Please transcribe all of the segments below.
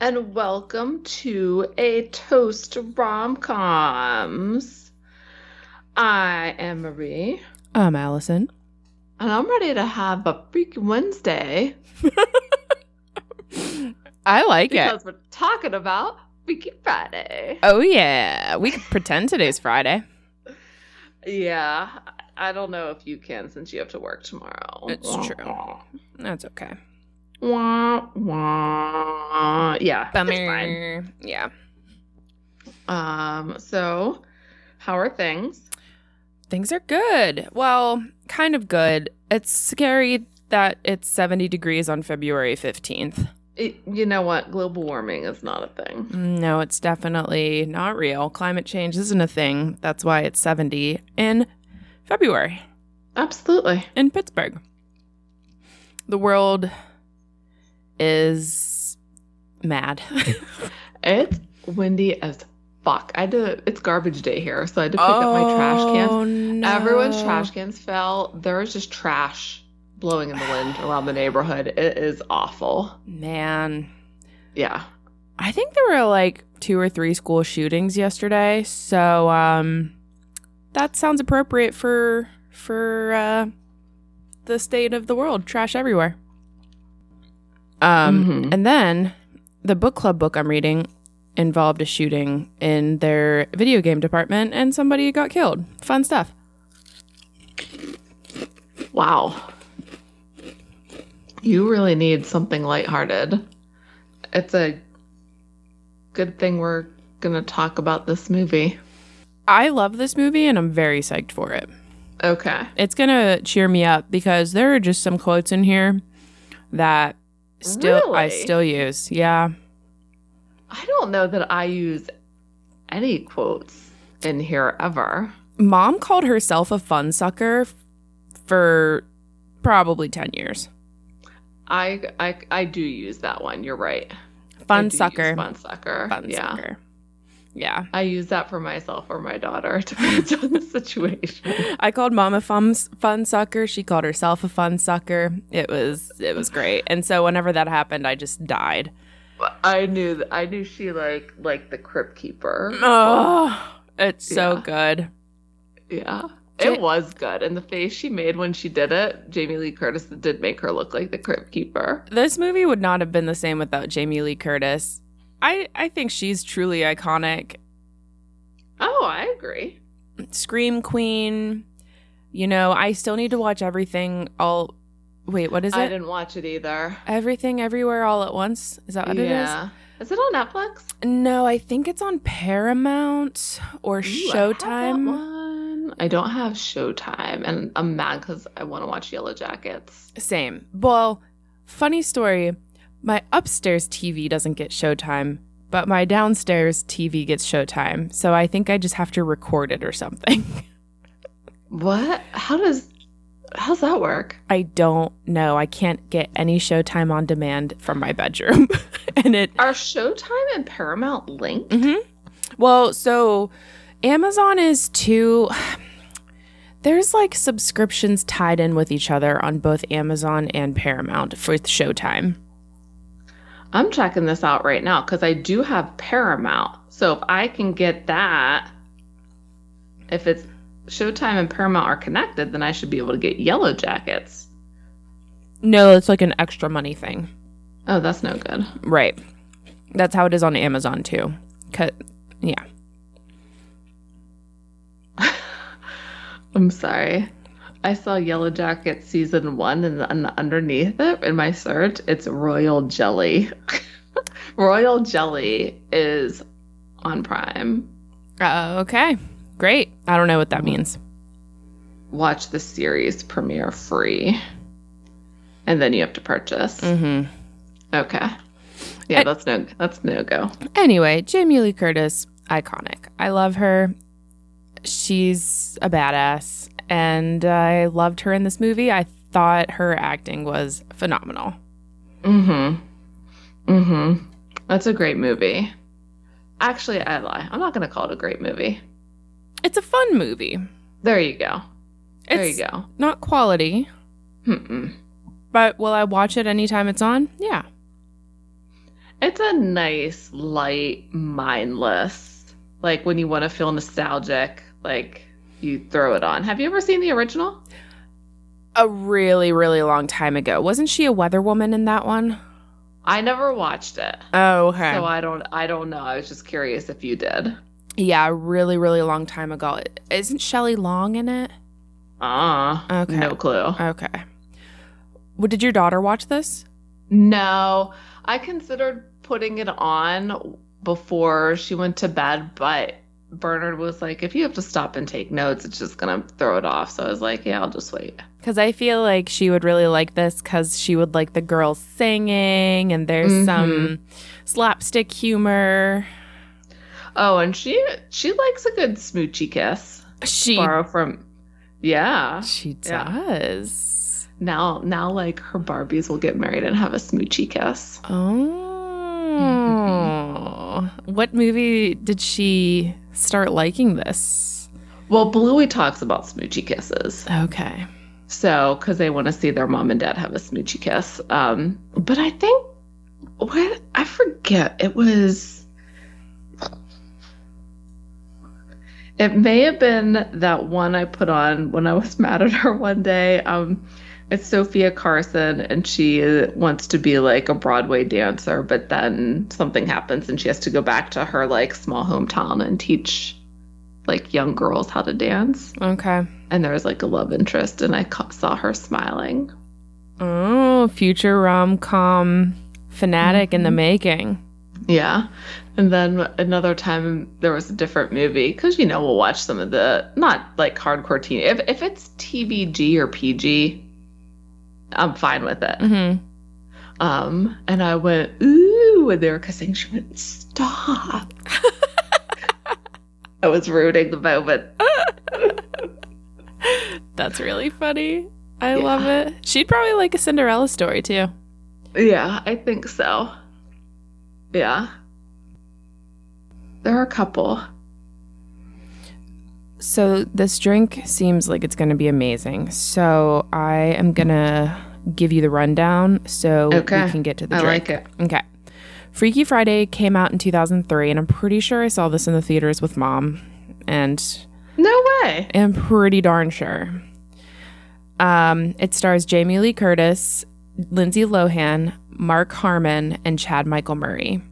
and welcome to A Toast Romcoms. I am Marie, I'm Um, Allison. and I'm ready to have a freaking Wednesday I like it. because we're talking about Freaky Friday. Oh yeah, we could pretend today's Friday. Yeah, I don't know if you can since you have to work tomorrow. It's true. That's okay. Wah, wah. Yeah, it's fine. Bummer. Yeah, Um, so how are things? things are good. Well, kind of good. It's scary that it's 70 degrees on February 15th. It, you know what? Global warming is not a thing. No, it's definitely not real. Climate change isn't a thing. That's why it's 70 in February Absolutely. in Pittsburgh. The world is mad. It's windy as fuck. I had to, it's garbage day here, so I had to pick up my trash Oh, cans. Oh, Everyone's trash cans fell. There's just trash blowing in the wind around the neighborhood. It is awful. Man, Yeah. I think there were like two or three school shootings yesterday, so um, that sounds appropriate for for uh, the state of the world. Trash everywhere. Um, Mhm. and then the book club book I'm reading involved a shooting in their video game department, and somebody got killed. Fun stuff. Wow. You really need something lighthearted. It's a good thing we're going to talk about this movie. I love this movie, and I'm very psyched for it. Okay. it's gonna cheer me up because there are just some quotes in here that still I Really? still use. Yeah, I don't know that I use any quotes in here ever. mom called herself a fun sucker f- for probably ten years. I, I I do use that one. You're right. I do Fun use sucker, Fun sucker. fun yeah. sucker. Yeah, I use that for myself or my daughter, depends on the situation. I called mom a fun fun sucker. She called herself a fun sucker. It was it was great. And so whenever that happened, I just died. But I knew th- I knew she like like the crypt keeper. Oh, it's so Yeah. good. Yeah. Ja- It was good. And the face she made when she did it, Jamie Lee Curtis did make her look like the crypt keeper. this movie would not have been the same without Jamie Lee Curtis. I, I think she's truly iconic. Oh, I agree. Scream Queen. You know, I still need to watch everything all wait, what is I it? didn't watch it either. Everything everywhere all at once. Is that what it yeah. Is it on Netflix? is? No, I think it's on Paramount Ooh, or I have that Showtime. one. I don't have Showtime, and I'm mad because I want to watch Yellow Jackets. Same. Well, funny story. My upstairs TV doesn't get Showtime, but my downstairs TV gets Showtime. So I think I just have to record it or something. What? How does how's that work? I don't know. I can't get any Showtime on demand from my bedroom. and it, Are Showtime and Paramount linked? well, so Amazon is too, there's like subscriptions tied in with each other on both Amazon and Paramount for Showtime. I'm checking this out right now because I do have Paramount. So if I can get that, if it's Showtime and Paramount are connected, then I should be able to get Yellow Jackets. No, it's like an extra money thing. Oh, that's no good. Right. That's how it is on Amazon too. 'Cause- yeah. I'm sorry. I saw Yellow Jacket season one, and, and underneath it in my search, it's Royal Jelly. Royal Jelly is on Prime. Uh, okay. Great. I don't know what that means. Watch the series premiere free, and then you have to purchase. Mm-hmm. Okay, yeah, I- that's no that's no go. Anyway, Jamie Lee Curtis, iconic. I love her. She's a badass, and I loved her in this movie. I thought her acting was phenomenal. Mm-hmm. Mm-hmm. That's a great movie. Actually, I lie. I'm not gonna call it a great movie. It's a fun movie. There you go. There It's you go. not quality, Mm-mm. but will I watch it anytime it's on? Yeah. It's a nice, light, mindless. Like when you want to feel nostalgic, like you throw it on. Have you ever seen the original? A really, really long time ago. Wasn't she a weather woman in that one? I never watched it. Oh, okay. So I don't I don't know. I was just curious if you did. yeah, a really, really long time ago. Isn't Shelley Long in it? Ah, Okay. no clue. Okay. Well, did your daughter watch this? No, I considered putting it on before she went to bed, but Bernard was like, if you have to stop and take notes, it's just going to throw it off. So I was like, yeah, I'll just wait. Because I feel like she would really like this because she would like the girls singing and there's Mm-hmm. some slapstick humor. Oh, and she she likes a good smoochy kiss. She Borrow from Yeah. she Yeah. does. Now now like her Barbies will get married and have a smoochy kiss. Mm-hmm. Oh. what movie did she start liking this? Well, Bluey talks about smoochy kisses. Okay. So, because they want to see their mom and dad have a smoochy kiss. Um, but I think what I forget it was. It may have been that one I put on when I was mad at her one day. Um, it's Sophia Carson, and she wants to be like a Broadway dancer, but then something happens, and she has to go back to her like small hometown and teach like young girls how to dance Okay. and there was like a love interest and i ca- saw her smiling Oh, future rom com fanatic in the Mhm. making. yeah and then another time there was a different movie because you know we'll watch some of the not like hardcore teen if, if it's tvg or pg i'm fine with it hmm um and i went ooh when they were kissing she went stop i was ruining the moment That's really funny. I Yeah. love it. She'd probably like a Cinderella story too. Yeah, I think so. Yeah. There are a couple. So this drink seems like it's going to be amazing. So I am going to give you the rundown so Okay. we can get to the I drink. like it. Okay. Freaky Friday came out in 2003 and I'm pretty sure I saw this in the theaters with mom and No way. am pretty darn sure. Um, it stars Jamie Lee Curtis, Lindsay Lohan, Mark Harmon, and Chad Michael Murray.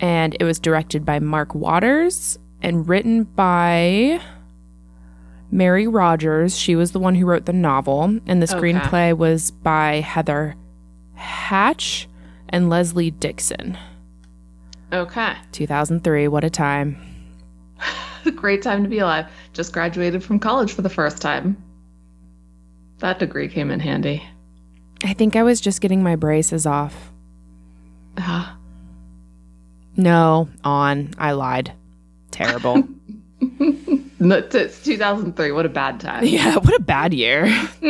And it was directed by Mark Waters and written by Mary Rogers. She was the one who wrote the novel, and the Okay. screenplay was by Heather Hatch and Leslie Dixon. Okay. 2003, what a time. Great time to be alive. Just graduated from college for the first time. That degree came in handy. I think I was just getting my braces off. Ah, No, on. I lied. Terrible. no, it's- it's 2003. What a bad time. yeah, what a bad year.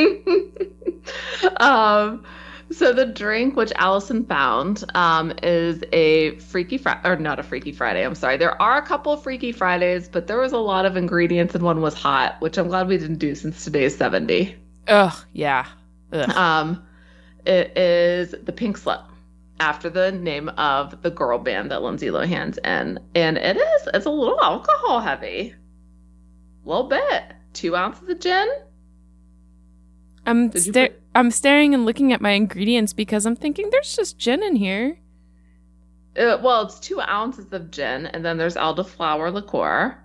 um, so the drink which Allison found um, is a Freaky Friday, or not a Freaky Friday. I'm sorry. There are a couple of Freaky Fridays, but there was a lot of ingredients, and one was hot, which I'm glad we didn't do since today is 70. Ugh, yeah. Ugh. Um, it is the Pink Slip, after the name of the girl band that Lindsay Lohan's in, and it is it's a little alcohol heavy, a little bit. Two ounces of gin. I'm Did you sta- put- I'm staring and looking at my ingredients because I'm thinking there's just gin in here. Uh, well, it's two ounces of gin, and then there's elderflower liqueur,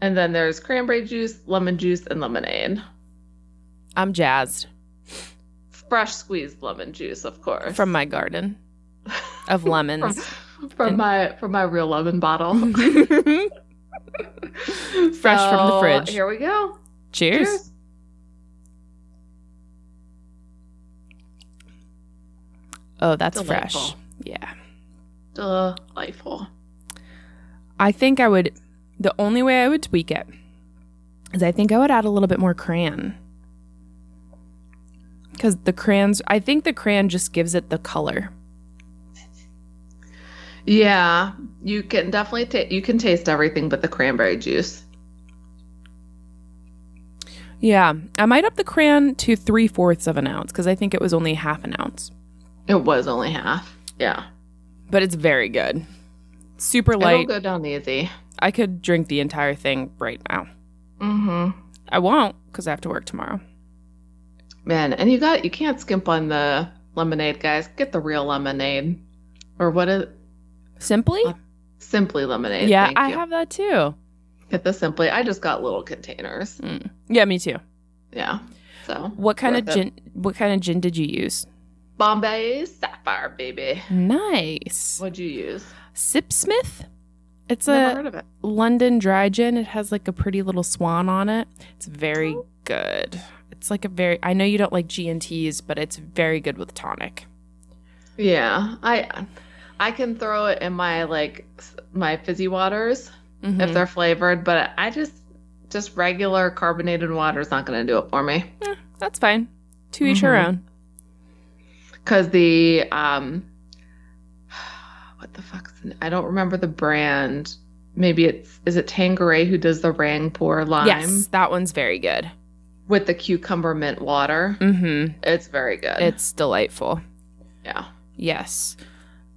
and then there's cranberry juice, lemon juice, and lemonade. I'm jazzed Fresh squeezed lemon juice, of course, from my garden from, of lemons. from my from my real lemon bottle, Fresh from the So, fridge. Here we go. Cheers. Cheers. Oh, that's fresh. Delightful. Yeah. Delightful. I think I would the only way I would tweak it is I think I would add a little bit more crayon. Cuz the crayons I think the crayon just gives it the color. Yeah, you can definitely ta- you can taste everything but the cranberry juice. Yeah, I might up the crayon to three fourths of an ounce because I think it was only half an ounce. It was only half. Yeah. but it's very good. Super light. It'll go down easy. I could drink the entire thing right now. Mm-hmm. I won't because I have to work tomorrow. Man, and you got you can't skimp on the lemonade, guys. Get the real lemonade. Or what is Simply? Uh, simply lemonade. yeah, thank I you. have that too. get the simply. I just got little containers. Yeah, me too. Yeah. So What kind of Worth gin? What kind of gin did you use? Bombay Sapphire, baby. Nice. What'd you use? Sipsmith. It's Never a heard of it. London dry gin. It has like a pretty little swan on it. It's very Oh. good. It's like a very. I know you don't like G and T's, but it's very good with tonic. Yeah, I I can throw it in my like s- my fizzy waters if Mhm. they're flavored, but I just just regular carbonated water is not going to do it for me That's fine. To each her Mhm. own. because the um what the fuck's the- I don't remember the brand. Maybe it's is it Tanqueray who does the rang pour lime Yes, that one's very good. with the cucumber mint water. Mm-hmm. It's very good. It's delightful. yeah. Yes.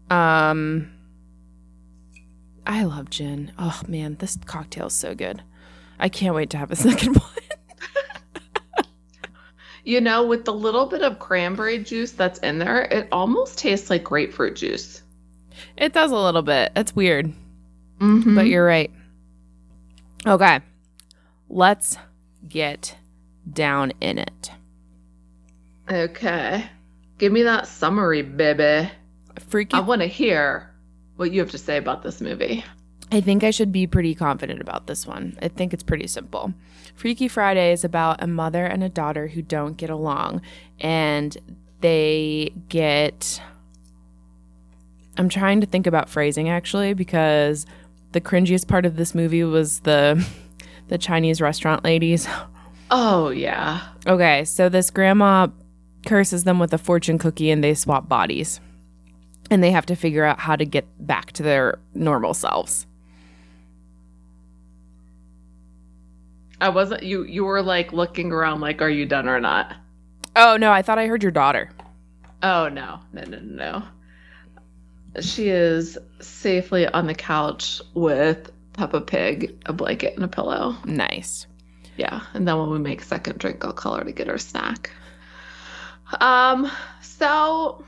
Um I love gin. Oh man, this cocktail's so good. I can't wait to have a second one. You know, with the little bit of cranberry juice that's in there, it almost tastes like grapefruit juice. It does a little bit. It's weird, Mm-hmm. but you're right. Okay. Let's get down in it. Okay. Give me that summary, baby. Freaky I want to hear what you have to say about this movie. I think I should be pretty confident about this one. I think it's pretty simple. Freaky Friday is about a mother and a daughter who don't get along and they get. I'm trying to think about phrasing actually because the cringiest part of this movie was the the Chinese restaurant ladies. Oh, yeah. Okay, so this grandma curses them with a fortune cookie and they swap bodies. And they have to figure out how to get back to their normal selves. I wasn't, you, you were like looking around, like, are you done or not? Oh no, I thought I heard your daughter. Oh, no. No, no, no, no. She is safely on the couch with Peppa Pig, a blanket, and a pillow. Nice. Yeah, and then when we make second drink, I'll call her to get her snack. Um, so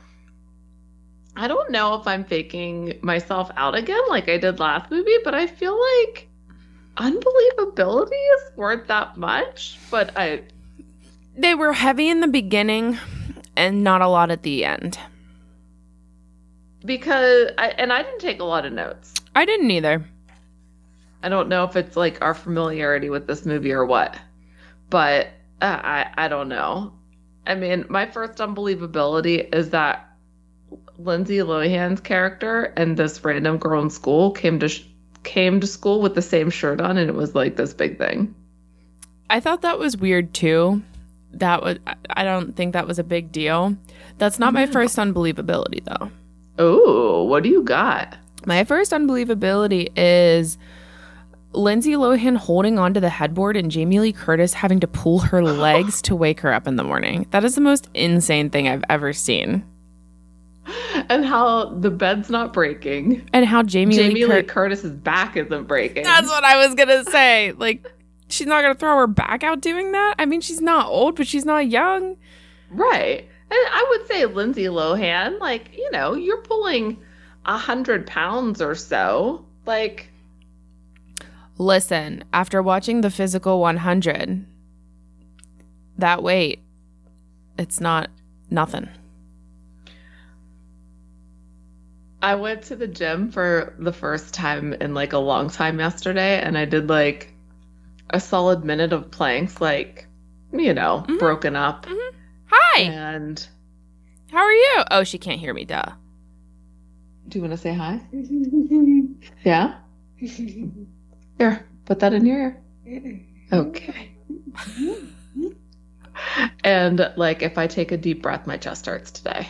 I don't know if I'm faking myself out again like I did last movie, but I feel like unbelievability is worth that much. But I They were heavy in the beginning and not a lot at the end. because I and I didn't take a lot of notes. I didn't either. I don't know if it's like our familiarity with this movie or what, but uh, I I don't know. I mean, my first unbelievability is that Lindsay Lohan's character and this random girl in school came to sh- came to school with the same shirt on, and it was like this big thing. I thought that was weird too. That was I- I don't think that was a big deal. That's not my No. first unbelievability though. Oh, what do you got? My first unbelievability is Lindsay Lohan holding onto the headboard and Jamie Lee Curtis having to pull her legs to wake her up in the morning. That is the most insane thing I've ever seen. And how the bed's not breaking. And how Jamie, Jamie Lee, Lee Curtis Curtis's back isn't breaking. That's what I was gonna say. Like, she's not gonna throw her back out doing that. I mean, she's not old, but she's not young. Right. And I would say Lindsay Lohan, like, you know, you're pulling a hundred pounds or so. Like, Listen, after watching the physical 100, that weight, it's not nothing. I went to the gym for the first time in like a long time yesterday, and I did like a solid minute of planks, like, you know, Mhm. broken up. Hi, And how are you? Oh, she can't hear me. Duh. do you want to say hi? yeah. Here, put that in your ear. Okay. and like if I take a deep breath, my chest hurts today.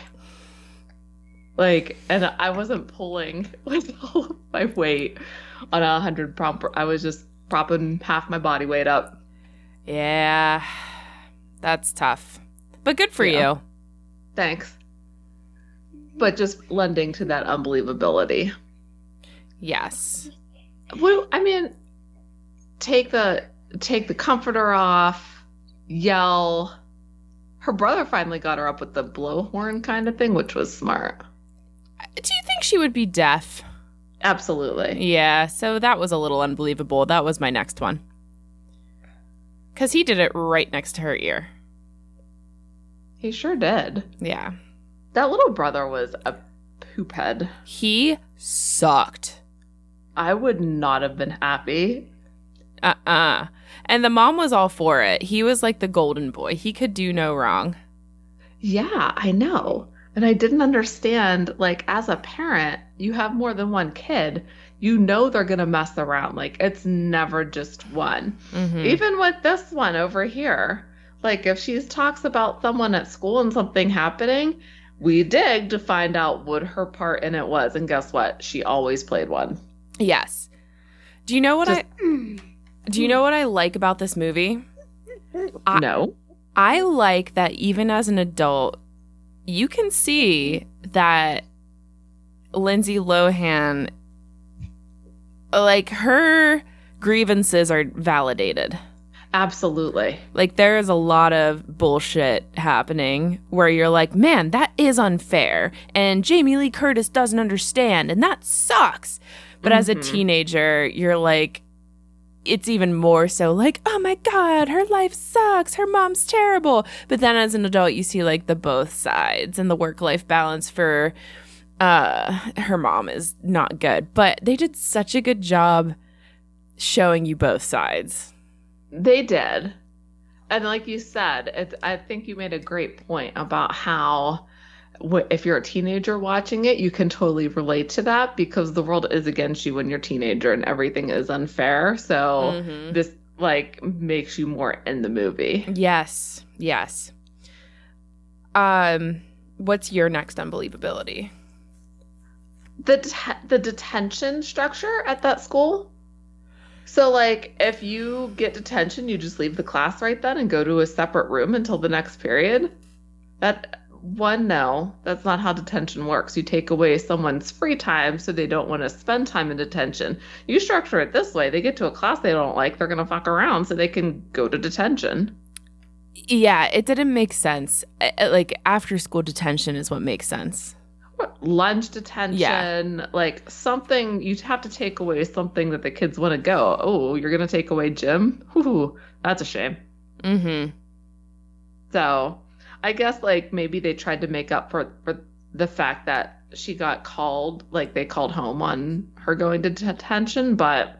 Like, and I wasn't pulling with all of my weight on a hundred prop. I was just propping half my body weight up. Yeah, that's tough, but good for Yeah. you. Thanks. but just lending to that unbelievability. Yes. Well, I mean, take the take the comforter off, yell. Her brother finally got her up with the blowhorn kind of thing, which was smart. Do you think she would be deaf? Absolutely. Yeah, so that was a little unbelievable. That was my next one. Cuz he did it right next to her ear. He sure did. Yeah. That little brother was a poophead. He sucked. I would not have been happy. Uh-uh. And the mom was all for it. He was like the golden boy. He could do no wrong. Yeah, I know. And I didn't understand, like, as a parent, you have more than one kid. You know they're going to mess around. Like, it's never just one. Mhm. Even with this one over here, like, if she talks about someone at school and something happening, we dig to find out what her part in it was. And guess what? She always played one. Yes. Do you know what Just- I Do you know what I like about this movie? I- no. I like that even as an adult, you can see that Lindsay Lohan, like her grievances are validated. Absolutely. Like there is a lot of bullshit happening where you're like, man, that is unfair. And Jamie Lee Curtis doesn't understand. And that sucks. But as a Mhm. teenager, you're like, it's even more so like, oh my God, her life sucks. Her mom's terrible. But then as an adult, you see like the both sides and the work life balance for uh her mom is not good. But they did such a good job showing you both sides. They did. And like you said, it, I think you made a great point about how wh- if you're a teenager watching it, you can totally relate to that because the world is against you when you're a teenager and everything is unfair. So Mhm. this like makes you more in the movie. Yes, yes. Um, what's your next unbelievability? the det- the detention structure at that school. So like if you get detention, you just leave the class right then and go to a separate room until the next period. That one no, that's not how detention works. You take away someone's free time so they don't want to spend time in detention. You structure it this way. They get to a class they don't like, they're going to fuck around so they can go to detention. Yeah, it didn't make sense. Uh, uh, Like after school detention is what makes sense. What, Lunch detention, like something you'd have to take away something that the kids want to go. Oh, you're gonna take away gym? Whew, that's a shame. Mm-hmm. So I guess like maybe they tried to make up for, for the fact that she got called, like they called home on her going to detention, but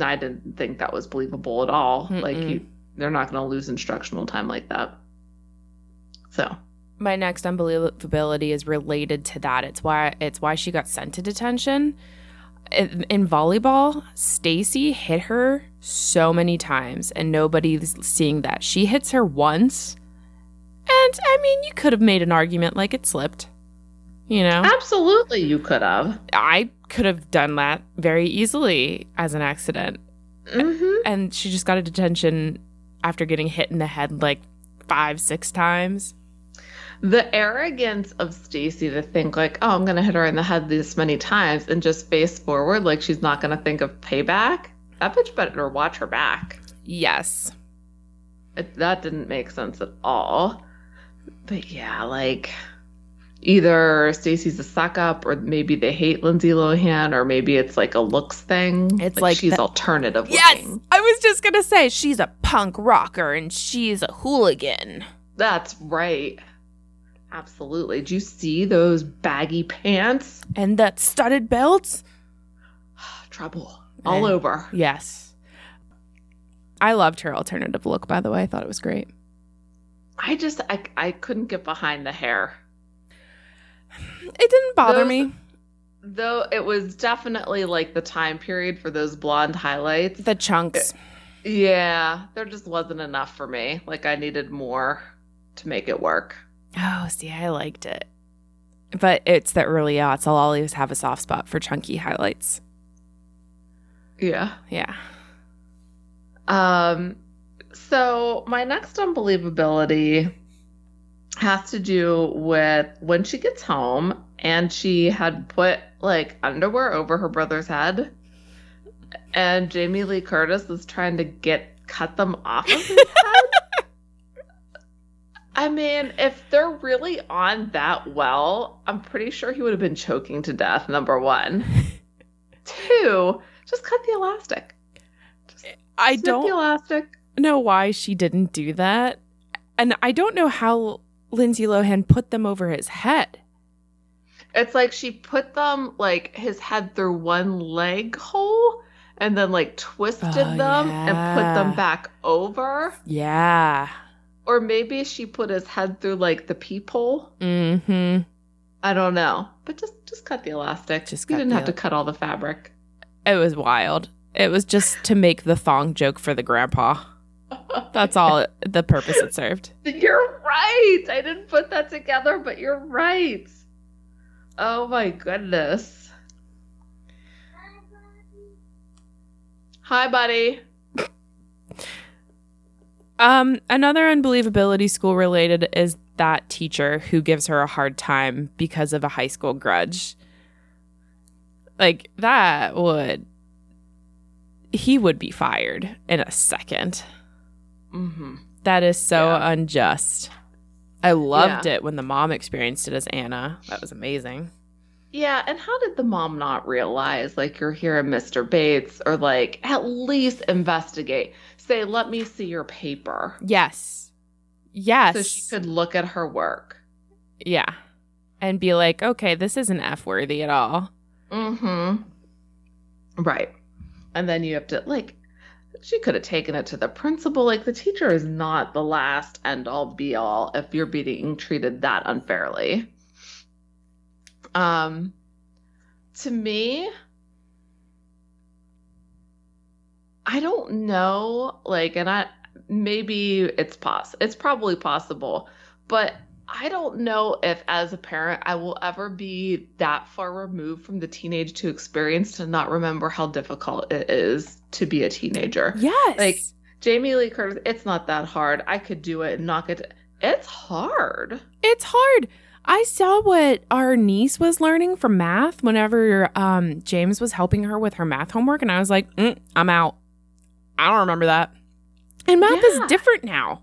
I didn't think that was believable at all. Like Mm-mm. you, they're not gonna lose instructional time like that. So My next unbelievability is related to that. It's why it's why she got sent to detention. In, in volleyball, Stacy hit her so many times, and nobody's seeing that. She hits her once, and I mean, you could have made an argument like it slipped. You know, Uh, absolutely you could have. I could have done that very easily as an accident. Mm-hmm. And she just got a detention after getting hit in the head like five, six times. the arrogance of Stacy to think like, oh, I'm gonna hit her in the head this many times and just face forward like she's not gonna think of payback. That bitch better watch her back. Yes. It, that didn't make sense at all. But yeah, like either Stacy's a suck up, or maybe they hate Lindsay Lohan, or maybe it's like a looks thing. It's like she's the- alternative. Yes. looking. I was just going to say she's a punk rocker and she's a hooligan. that's right. Absolutely. Do you see those baggy pants? And that studded belt? Trouble all Yeah. over. Yes. I loved her alternative look, by the way. I thought it was great. I just I, I couldn't get behind the hair. It didn't bother Those- me. Though it was definitely like the time period for those blonde highlights. The chunks. Yeah, there just wasn't enough for me. Like I needed more to make it work. Oh, see, I liked it. But it's the early aughts. I'll always have a soft spot for chunky highlights. Yeah. Yeah. Um so my next unbelievability has to do with when she gets home and she had put like underwear over her brother's head. And Jamie Lee Curtis was trying to get cut them off of his head. I mean, if they're really on that well, I'm pretty sure he would have been choking to death, number one. Two, just cut the elastic. Just I snip the don't elastic. know why she didn't do that. And I don't know how Lindsay Lohan put them over his head. It's like she put them like his head through one leg hole and then like twisted Oh, them and put yeah. them back over. Yeah. Or maybe she put his head through like the peephole. Mm-hmm. I don't know. But just just cut the elastic. Just you cut didn't the have to el- cut all the fabric. It was wild. It was just to make the thong joke for the grandpa. That's all it- the purpose it served. You're right. I didn't put that together, but you're right. Oh my goodness. Hi, buddy. Um, another unbelievability school related is that teacher who gives her a hard time because of a high school grudge. Like that would he would be fired in a second. Mm-hmm. That is so Yeah. unjust. I loved it when the mom experienced it as Anna. That was amazing. Yeah, and how did the mom not realize like you're hearing Mr. Bates or like at least investigate. Say, let me see your paper. Yes. Yes. So she could look at her work. Yeah. And be like, okay, this isn't F worthy at all. Mm-hmm. Right. And then you have to like she could have taken it to the principal. Like the teacher is not the last end all be all if you're being treated that unfairly. Um to me I don't know like and I maybe it's poss it's probably possible, but I don't know if, as a parent, I will ever be that far removed from the teenage to experience to not remember how difficult it is to be a teenager. Yes. Like- Jamie Lee Curtis, it's not that hard. I could do it and not get. It's hard. It's hard. I saw what our niece was learning from math whenever um, James was helping her with her math homework, and I was like, mm, I'm out. I don't remember that. And math is Yeah. different now.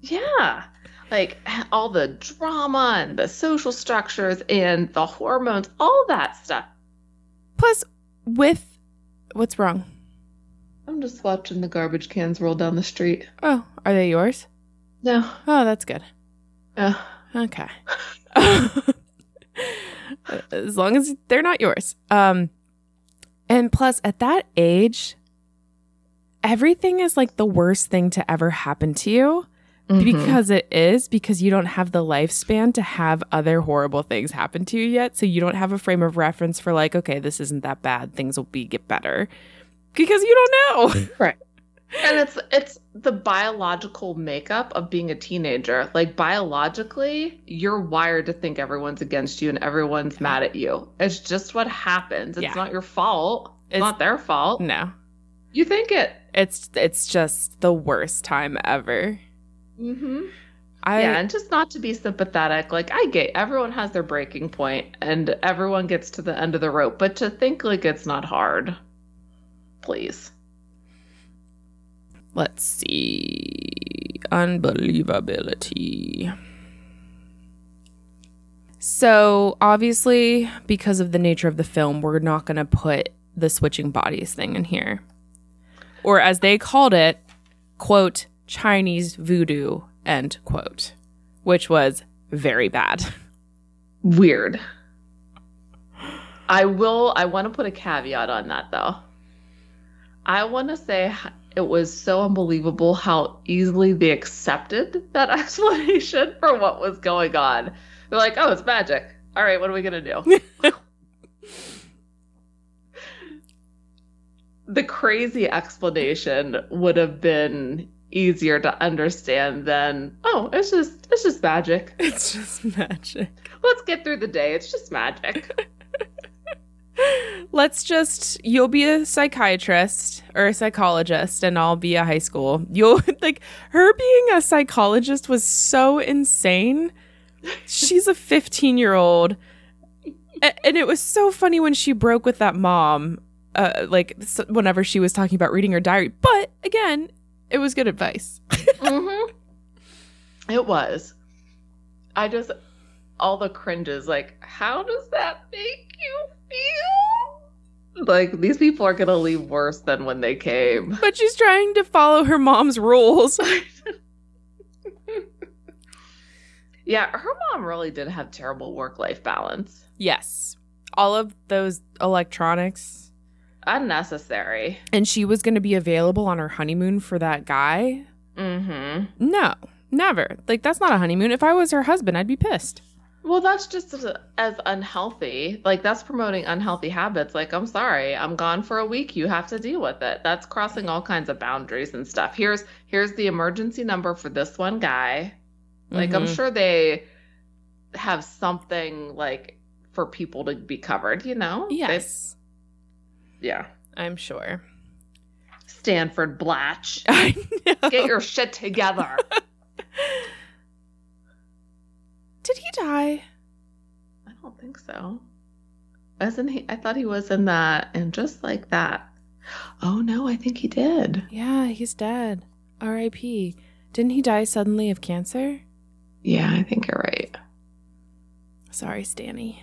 Yeah. Like all the drama and the social structures and the hormones, all that stuff. Plus, with what's wrong? I'm just watching the garbage cans roll down the street. Oh, are they yours? No. Oh, that's good. Uh, Okay. as long as they're not yours. Um and plus at that age everything is like the worst thing to ever happen to you mhm. because it is because you don't have the lifespan to have other horrible things happen to you yet so you don't have a frame of reference for like okay this isn't that bad things will be get better because you don't know. and it's it's the biological makeup of being a teenager like biologically you're wired to think everyone's against you and everyone's mad at you it's just what happens it's Yeah. not your fault it's, It's- Mm. not their fault no. you think it It's it's just the worst time ever. mm-hmm. I yeah and just not to be sympathetic like i get everyone has their breaking point and everyone gets to the end of the rope but to think like it's not hard please Let's see. Unbelievability. So, obviously, because of the nature of the film, we're not going to put the switching bodies thing in here. Or, as they called it, quote, Chinese voodoo, end quote, which was very bad. weird i will i want to put a caveat on that though i want to say h- it was so unbelievable how easily they accepted that explanation for what was going on they're like oh it's magic all right what are we gonna do the crazy explanation would have been easier to understand than oh it's just it's just magic It's just magic. Let's get through the day. It's just magic. Let's just you'll be a psychiatrist or a psychologist and I'll be a high school. You'll like her being a psychologist was so insane. She's a 15-year-old A- and it was so funny when she broke with that mom, uh, like s- whenever she was talking about reading her diary. But again, it was good advice. mm-hmm. It was. I just all the cringes. Like, how does that make you feel? Like these people are gonna leave worse than when they came. But she's trying to follow her mom's rules. Yeah, her mom really did have terrible work life balance. yes, all of those electronics. Unnecessary. And she was going to be available on her honeymoon for that guy. Mm-hmm. No, never. Like, that's not a honeymoon. If I was her husband, I'd be pissed. Well, that's just as, as unhealthy. Like that's promoting unhealthy habits. Like I'm sorry, I'm gone for a week. You have to deal with it. That's crossing all kinds of boundaries and stuff. Here's here's the emergency number for this one guy. Like I'm Mhm. sure they have something like for people to be covered. You know? They- Yes, yeah. I'm sure. Stanford Blatch, I know. get your shit together. Did he die? I don't think so. Wasn't he? I thought he was in that, and just like that. Oh no, I think he did. Yeah, he's dead. R.I.P. Didn't he die suddenly of cancer? Yeah, I think you're right. Sorry, Stanny.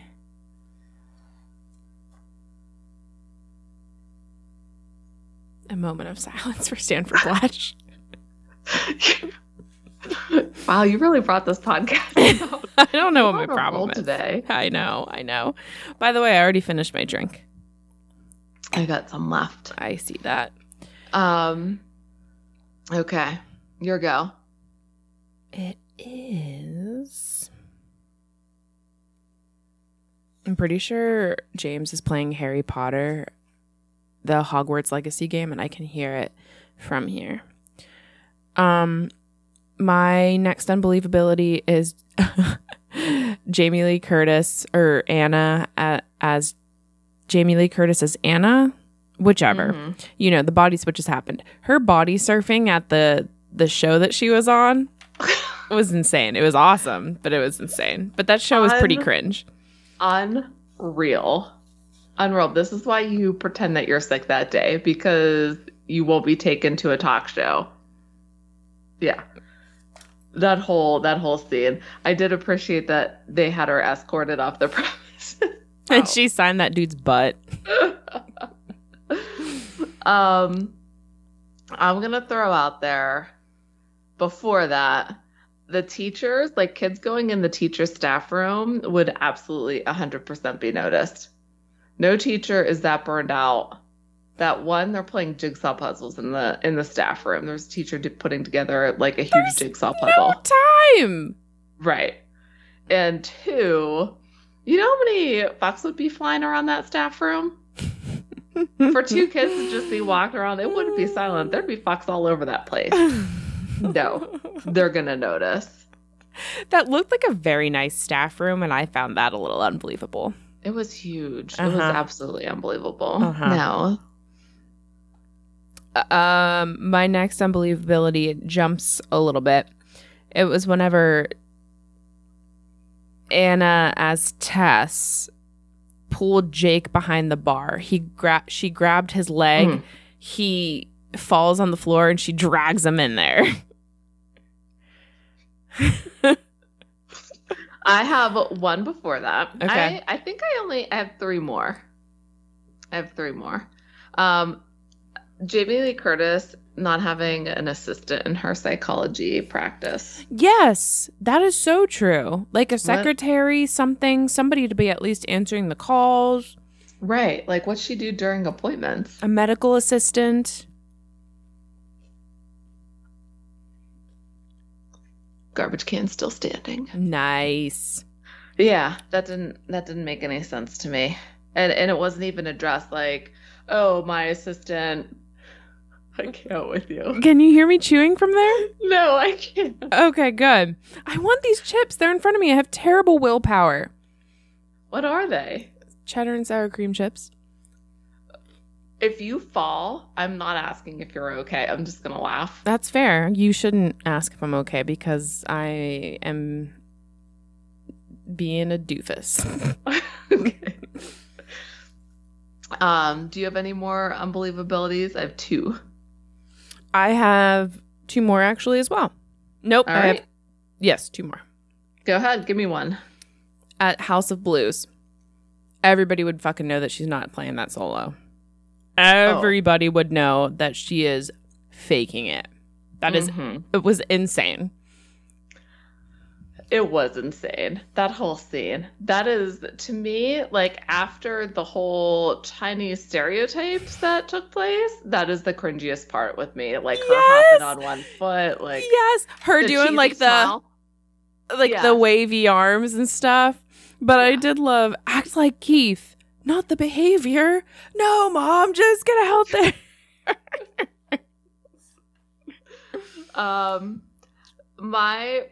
A moment of silence for Stanford Blatch. wow, you really brought this podcast. out. I don't know I'm what my on a roll problem is. today. I know, I know. By the way, I already finished my drink. I got some left. I see that. Um, okay, your go. It is. I'm pretty sure James is playing Harry Potter, the Hogwarts Legacy game, and I can hear it from here. Um, my next unbelievability is Jamie Lee Curtis or Anna a- as Jamie Lee Curtis as Anna, whichever Mhm. you know the body switch has happened her body surfing at the the show that she was on was insane it was awesome but it was insane but that show was pretty Un- cringe Mm-hmm. Unreal, unreal. This is why you pretend that you're sick that day because you won't be taken to a talk show. Yeah, that whole that whole scene. I did appreciate that they had her escorted off the premises. and she signed that dude's butt um i'm gonna throw out there before that the teachers like kids going in the teacher staff room would absolutely 100% be noticed no teacher is that burned out that one they're playing jigsaw puzzles in the in the staff room there's a teacher d- putting together like a huge There's jigsaw puzzle no time Right. And two, you know how many bucks would be flying around that staff room? For two kids to just be walking around, it wouldn't be silent. There'd be fox all over that place. No. They're gonna notice. that looked like a very nice staff room and i found that a little unbelievable It was huge. It was Uh-huh. absolutely unbelievable. Uh-huh. No. um my next unbelievability it jumps a little bit it was whenever anna as tess pulled jake behind the bar he gra- she grabbed his leg Mm. he falls on the floor and she drags him in there I have one before that. Okay. I, I think I only I have three more. I have three more. Um, Jamie Lee Curtis not having an assistant in her psychology practice. yes that is so true like a secretary something somebody to be at least answering the calls Right. Like what's she do during appointments? a medical assistant Garbage can still standing. nice Yeah, that didn't that didn't make any sense to me. And and it wasn't even addressed like, oh, my assistant I can't with you. can you hear me chewing from there No, I can't. Okay, good. I want these chips. They're in front of me. I have terrible willpower. What are they? Cheddar and sour cream chips. If you fall, I'm not asking if you're okay. I'm just gonna laugh. That's fair. You shouldn't ask if I'm okay because I am being a doofus. okay. Um, do you have any more unbelievabilities? I have two. I have two more actually as well. Nope. All I have right. yes, two more. Go ahead, give me one. At House of Blues, everybody would fucking know that she's not playing that solo. Everybody would know that she is faking it. That is Mhm. it was insane. It was insane. That whole scene. That is to me like after the whole Chinese stereotypes that took place. That is the cringiest part with me. Like her Yes! hopping on one foot. Like yes, her the doing cheesy like the smile. like Yeah. the wavy arms and stuff. But I Yeah. did love act like Keith, not the behavior. No, mom, just get out there. Um, my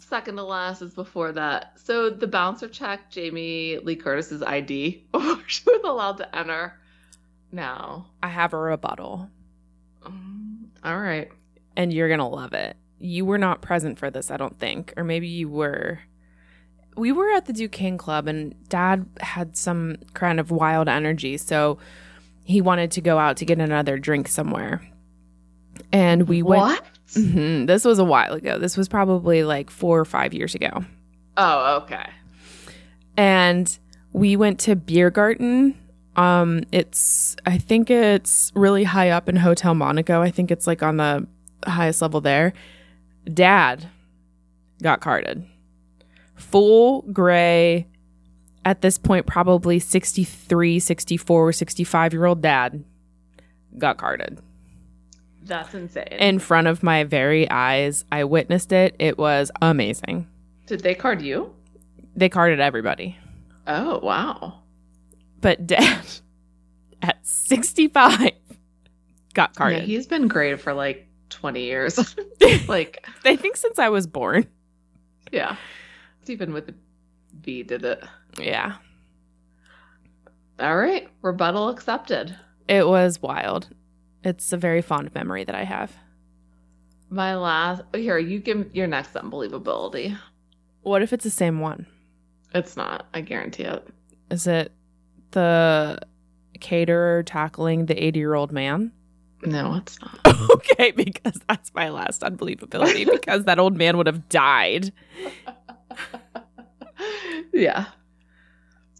second to last is before that. So the bouncer checked Jamie Lee Curtis's ID before she was allowed to enter. Now, I have a rebuttal, um, all right. and you're gonna love it. You were not present for this, I don't think, or maybe you were. We were at the Duquesne Club, and Dad had some kind of wild energy, so he wanted to go out to get another drink somewhere. And we went. What? Mhm. This was a while ago. This was probably like four or five years ago. Oh, okay. and we went to Biergarten. Um, it's I think it's really high up in Hotel Monaco. I think it's like on the highest level there. Dad got carded, full gray. At this point, probably 63, 64, or 65 year old dad got carded That's insane. in front of my very eyes. I witnessed it. It was amazing. did they card you? They carded everybody. Oh, wow. but dad at 65 got Yeah, carded. he's been great for like 20 years. like, I think since I was born. yeah. Even with the B did it. Yeah. All right. Rebuttal accepted. It was wild. It's a very fond memory that I have. My last here, you give your next unbelievability. What if it's the same one? It's not. I guarantee it. Is it the caterer tackling the 80 year old man? No, it's not. okay, because that's my last unbelievability, because that old man would have died. yeah.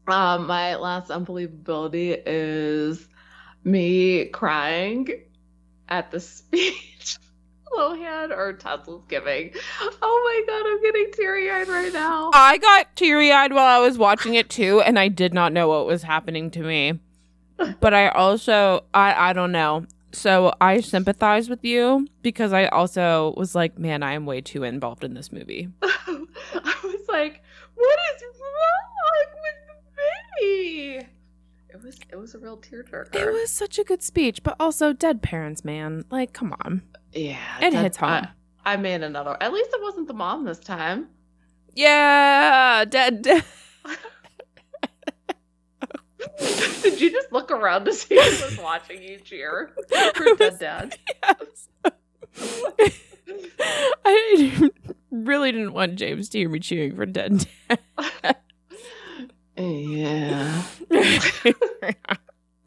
Um, my last unbelievability is me crying at the speech Lohan or Tesla's giving. Oh my god, I'm getting teary eyed right now. I got teary eyed while I was watching it too, and I did not know what was happening to me. But I also, I, I don't know. So I sympathize with you because I also was like, man, I am way too involved in this movie. I was like, what is wrong with me? It was it was a real tearjerker. It was such a good speech, but also dead parents, man. Like, come on. Yeah. It that- hits home. I, I made another. At least it wasn't the mom this time. yeah, dead. dead. Did you just look around to see who was watching you cheer for dead dad? Yes. I didn't- really didn't want James to hear me cheering for dead. Yeah.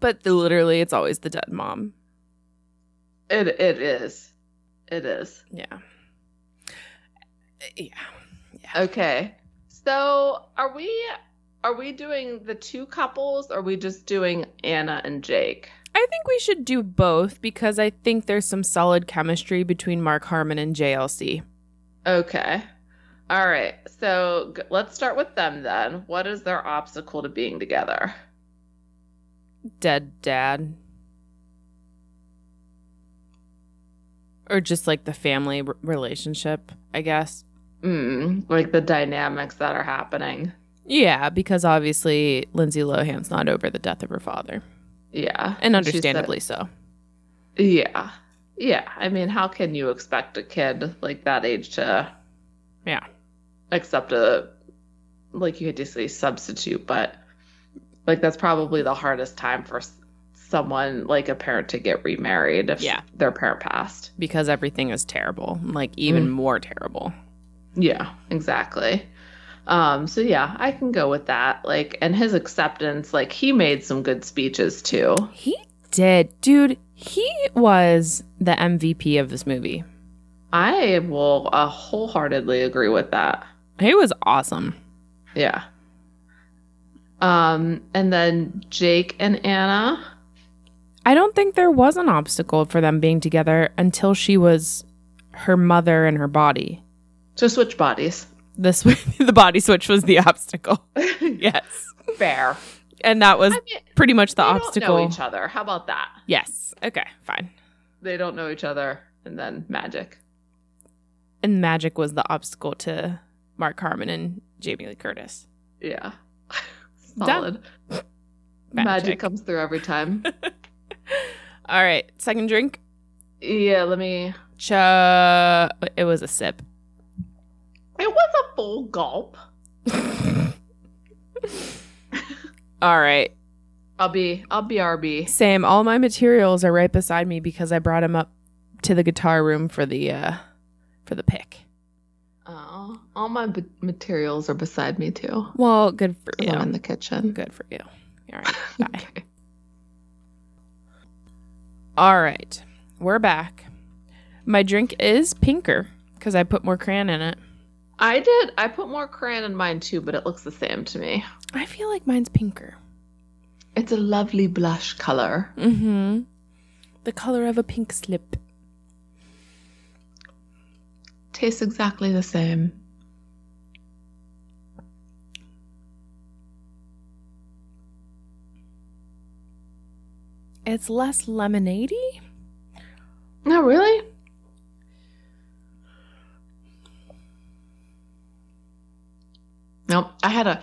but the, literally, it's always the dead mom. It it is. It is. Yeah. Yeah. Okay. So are we are we doing the two couples or are we just doing Anna and Jake? I think we should do both because I think there's some solid chemistry between Mark Harmon and JLC. Okay. All right. So g- let's start with them then. What is their obstacle to being together? Dead dad. Or just like the family r- relationship, I guess. Mm, like the dynamics that are happening. Yeah, because obviously Lindsay Lohan's not over the death of her father. Yeah. And she said- understandably so. yeah. Yeah. I mean, how can you expect a kid like that age to Yeah. accept a like you could just say substitute, but like that's probably the hardest time for s- someone like a parent to get remarried if Yeah. their parent passed. Because Mm. everything is terrible, like even more terrible. Yeah, exactly. Um, so yeah, I can go with that. Like, and his acceptance, like he made some good speeches too. He did, dude. He was the MVP of this movie. I will uh, wholeheartedly agree with that. He was awesome. Yeah. Um, and then Jake and Anna. I don't think there was an obstacle for them being together until she was her mother and her body. So switch bodies. The sw- the body switch was the obstacle. yes, fair. And that was I mean, pretty much the they obstacle. Don't know each other. How about that? Yes. Okay. Fine. They don't know each other, and then magic. And magic was the obstacle to Mark Harmon and Jamie Lee Curtis. Yeah. Solid. Magic. magic comes through every time. All right. Second drink. Yeah. Let me. Ch- it was a sip. It was a full gulp. all right. I'll be I'll be RB. Sam, all my materials are right beside me because I brought them up to the guitar room for the uh for the pick. Oh, all my b- materials are beside me too. Well, good for you. I'm in the kitchen. Good for you. All right. Bye. okay. All right. We're back. My drink is pinker because I put more crayon in it. I did. I put more crayon in mine too, but it looks the same to me. I feel like mine's pinker. It's a lovely blush color. Mm-hmm. The color of a pink slip. Tastes exactly the same. It's less lemonadey. No, really? No, I had a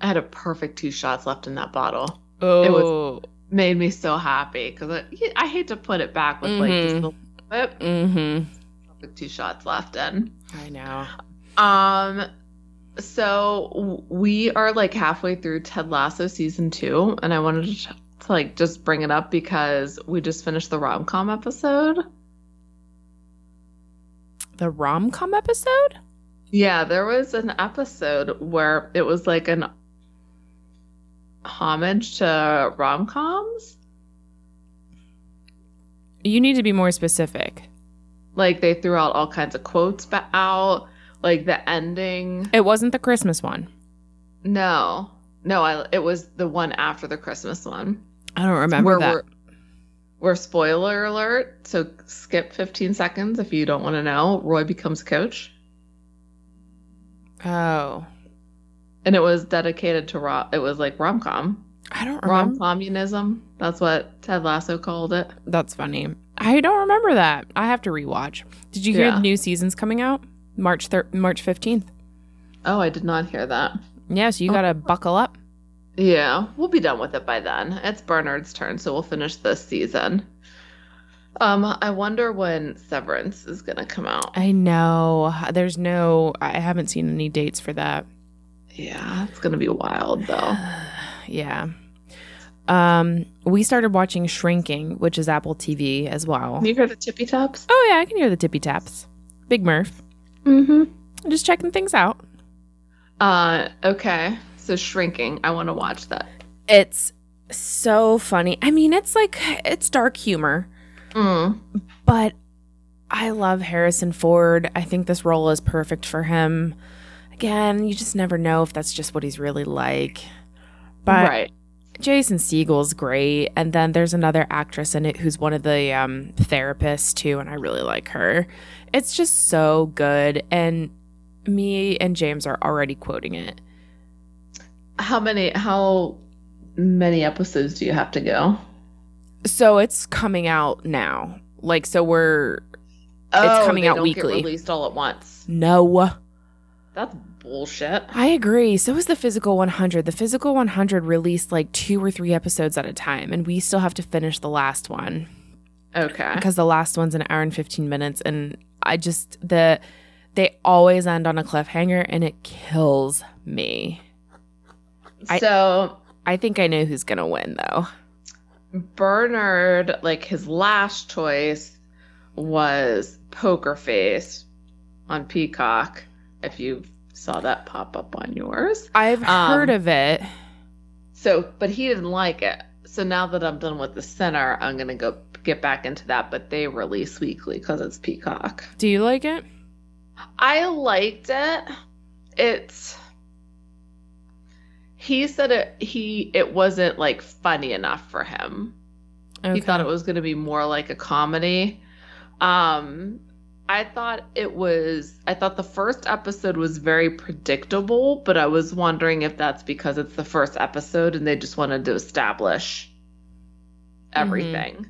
I had a perfect two shots left in that bottle. Oh, It was made me so happy because I, I hate to put it back with like just a mm-hmm. perfect two shots left in. I know. Um, so we are like halfway through Ted Lasso season two, and I wanted to, to like just bring it up because we just finished the rom com episode. The rom com episode? Yeah, there was an episode where it was like an homage to rom coms. You need to be more specific. Like they threw out all kinds of quotes but out, like the ending. It wasn't the Christmas one. No, no, I, it was the one after the Christmas one. I don't remember where that. We're, we're spoiler alert, so skip 15 seconds if you don't want to know. Roy becomes coach. Oh, and it was dedicated to rom. It was like rom com. I don't Rom remember. communism. That's what Ted Lasso called it. That's funny. I don't remember that. I have to rewatch. Did you hear Yeah. the new season's coming out March thir- March fifteenth? Oh, I did not hear that. Yeah, so you Oh. gotta buckle up. Yeah, we'll be done with it by then. It's Bernard's turn, so we'll finish this season. Um, I wonder when Severance is gonna come out. I know. There's no. I haven't seen any dates for that. Yeah, it's gonna be wild though. yeah. Um, we started watching Shrinking, which is Apple TV as well. Can you hear the tippy taps? Oh yeah, I can hear the tippy taps. Big Murph, Mm-hmm. just checking things out. Uh, okay. So shrinking. I want to watch that. It's so funny. I mean, it's like it's dark humor. Mm. but I love Harrison Ford. I think this role is perfect for him. Again, you just never know if that's just what he's really like. But right. Jason Siegel's great, and then there's another actress in it who's one of the um, therapists too, and I really like her. It's just so good, and me and James are already quoting it. How many? How many episodes do you have to go? So it's coming out now. Like, so we're coming Oh, they out don't weekly. Get released all at once. no. That's bullshit. I agree. So is the Physical 100. The Physical 100 released like two or three episodes at a time, and we still have to finish the last one Okay. because the last one's an hour and 15 minutes. And I just, the, they always end on a cliffhanger and it kills me. I- so I think I know who's going to win though. Bernard, like his last choice was Poker Face on Peacock. If you've Saw that pop up on yours. I've Um, heard of it. So, but he didn't like it. So now that I'm done with the center, I'm gonna go get back into that. But they release weekly because it's Peacock. Do you like it? I liked it. It's. He said it. He it wasn't like funny enough for him. Okay. He thought it was going to be more like a comedy. Um, I thought it was. I thought the first episode was very predictable, but I was wondering if that's because it's the first episode and they just wanted to establish Mm-hmm. everything.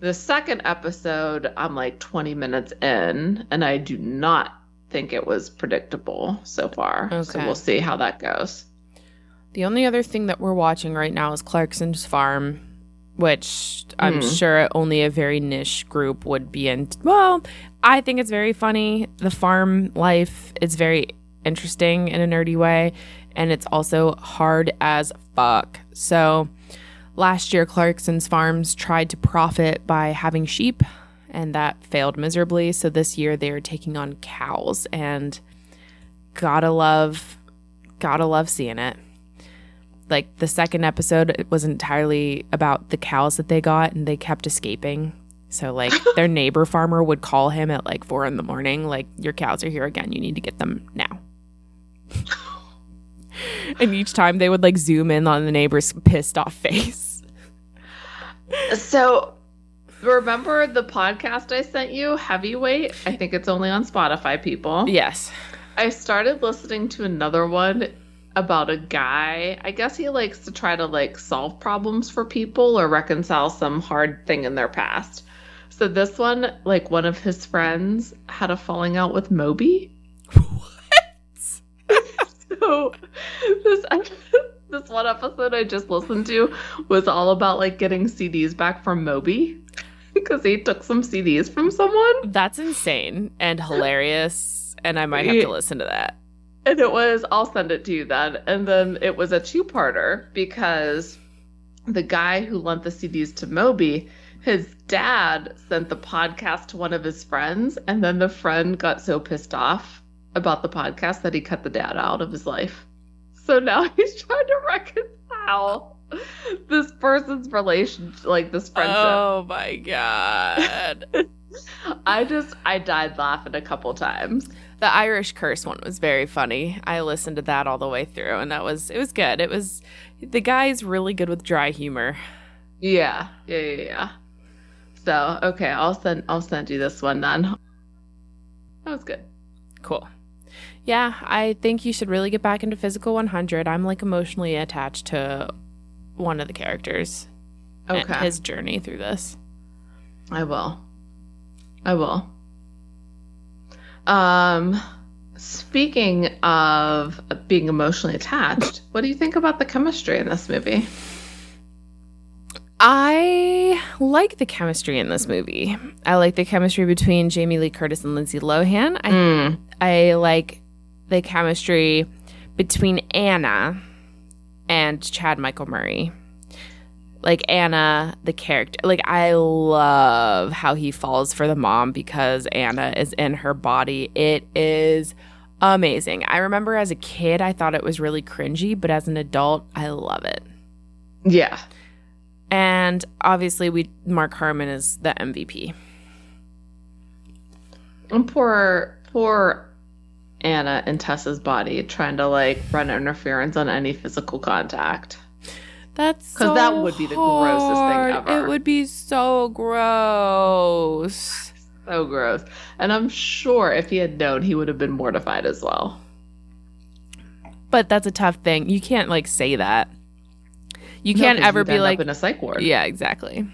The second episode, I'm like 20 minutes in, and I do not think it was predictable so far. So Okay. we'll see how that goes. The only other thing that we're watching right now is Clarkson's Farm, which Hmm. I'm sure only a very niche group would be in. Well, I think it's very funny. The farm life is very interesting in a nerdy way, and it's also hard as fuck. So, last year, Clarkson's Farms tried to profit by having sheep, and that failed miserably. So, this year, they are taking on cows, and gotta love, gotta love seeing it like the second episode it was entirely about the cows that they got and they kept escaping so like their neighbor farmer would call him at like four in the morning like your cows are here again you need to get them now and each time they would like zoom in on the neighbor's pissed off face So, remember the podcast I sent you, Heavyweight? I think it's only on Spotify, people. yes I started listening to another one about a guy. I guess he likes to try to like solve problems for people or reconcile some hard thing in their past. So this one, like one of his friends had a falling out with Moby. so this this one episode I just listened to was all about like getting CDs back from Moby because he took some CDs from someone. that's insane and hilarious and i might have to listen to that And it was, I'll send it to you then. And then it was a two parter because the guy who lent the CDs to Moby, his dad sent the podcast to one of his friends. And then the friend got so pissed off about the podcast that he cut the dad out of his life. So now he's trying to reconcile this person's relationship, like this friendship. oh my god I just, I died laughing a couple times. The Irish curse one was very funny. I listened to that all the way through and that was it was good. It was the guy's really good with dry humor. Yeah, yeah, yeah, yeah. So okay, I'll send I'll send you this one then. That was good. Cool. Yeah, I think you should really get back into physical 100. I'm like emotionally attached to one of the characters and Okay, his journey through this. I will. I will. Um, speaking of being emotionally attached, what do you think about the chemistry in this movie? I like the chemistry in this movie. I like the chemistry between Jamie Lee Curtis and Lindsay Lohan. I Mm, I like the chemistry between Anna and Chad Michael Murray. Like Anna, the character. Like I love how he falls for the mom because Anna is in her body. It is amazing. I remember as a kid, I thought it was really cringy, but as an adult, I love it. yeah, And obviously, we Mark Harmon is the MVP. and poor poor Anna and Tessa's body trying to like run interference on any physical contact. That's 'Cause that would be the grossest thing hard. ever. It would be so gross. So gross. And I'm sure if he had known, he would have been mortified as well. But that's a tough thing. You can't like say that. You No, can't 'cause ever you'd be end up like, in a psych ward. yeah, exactly.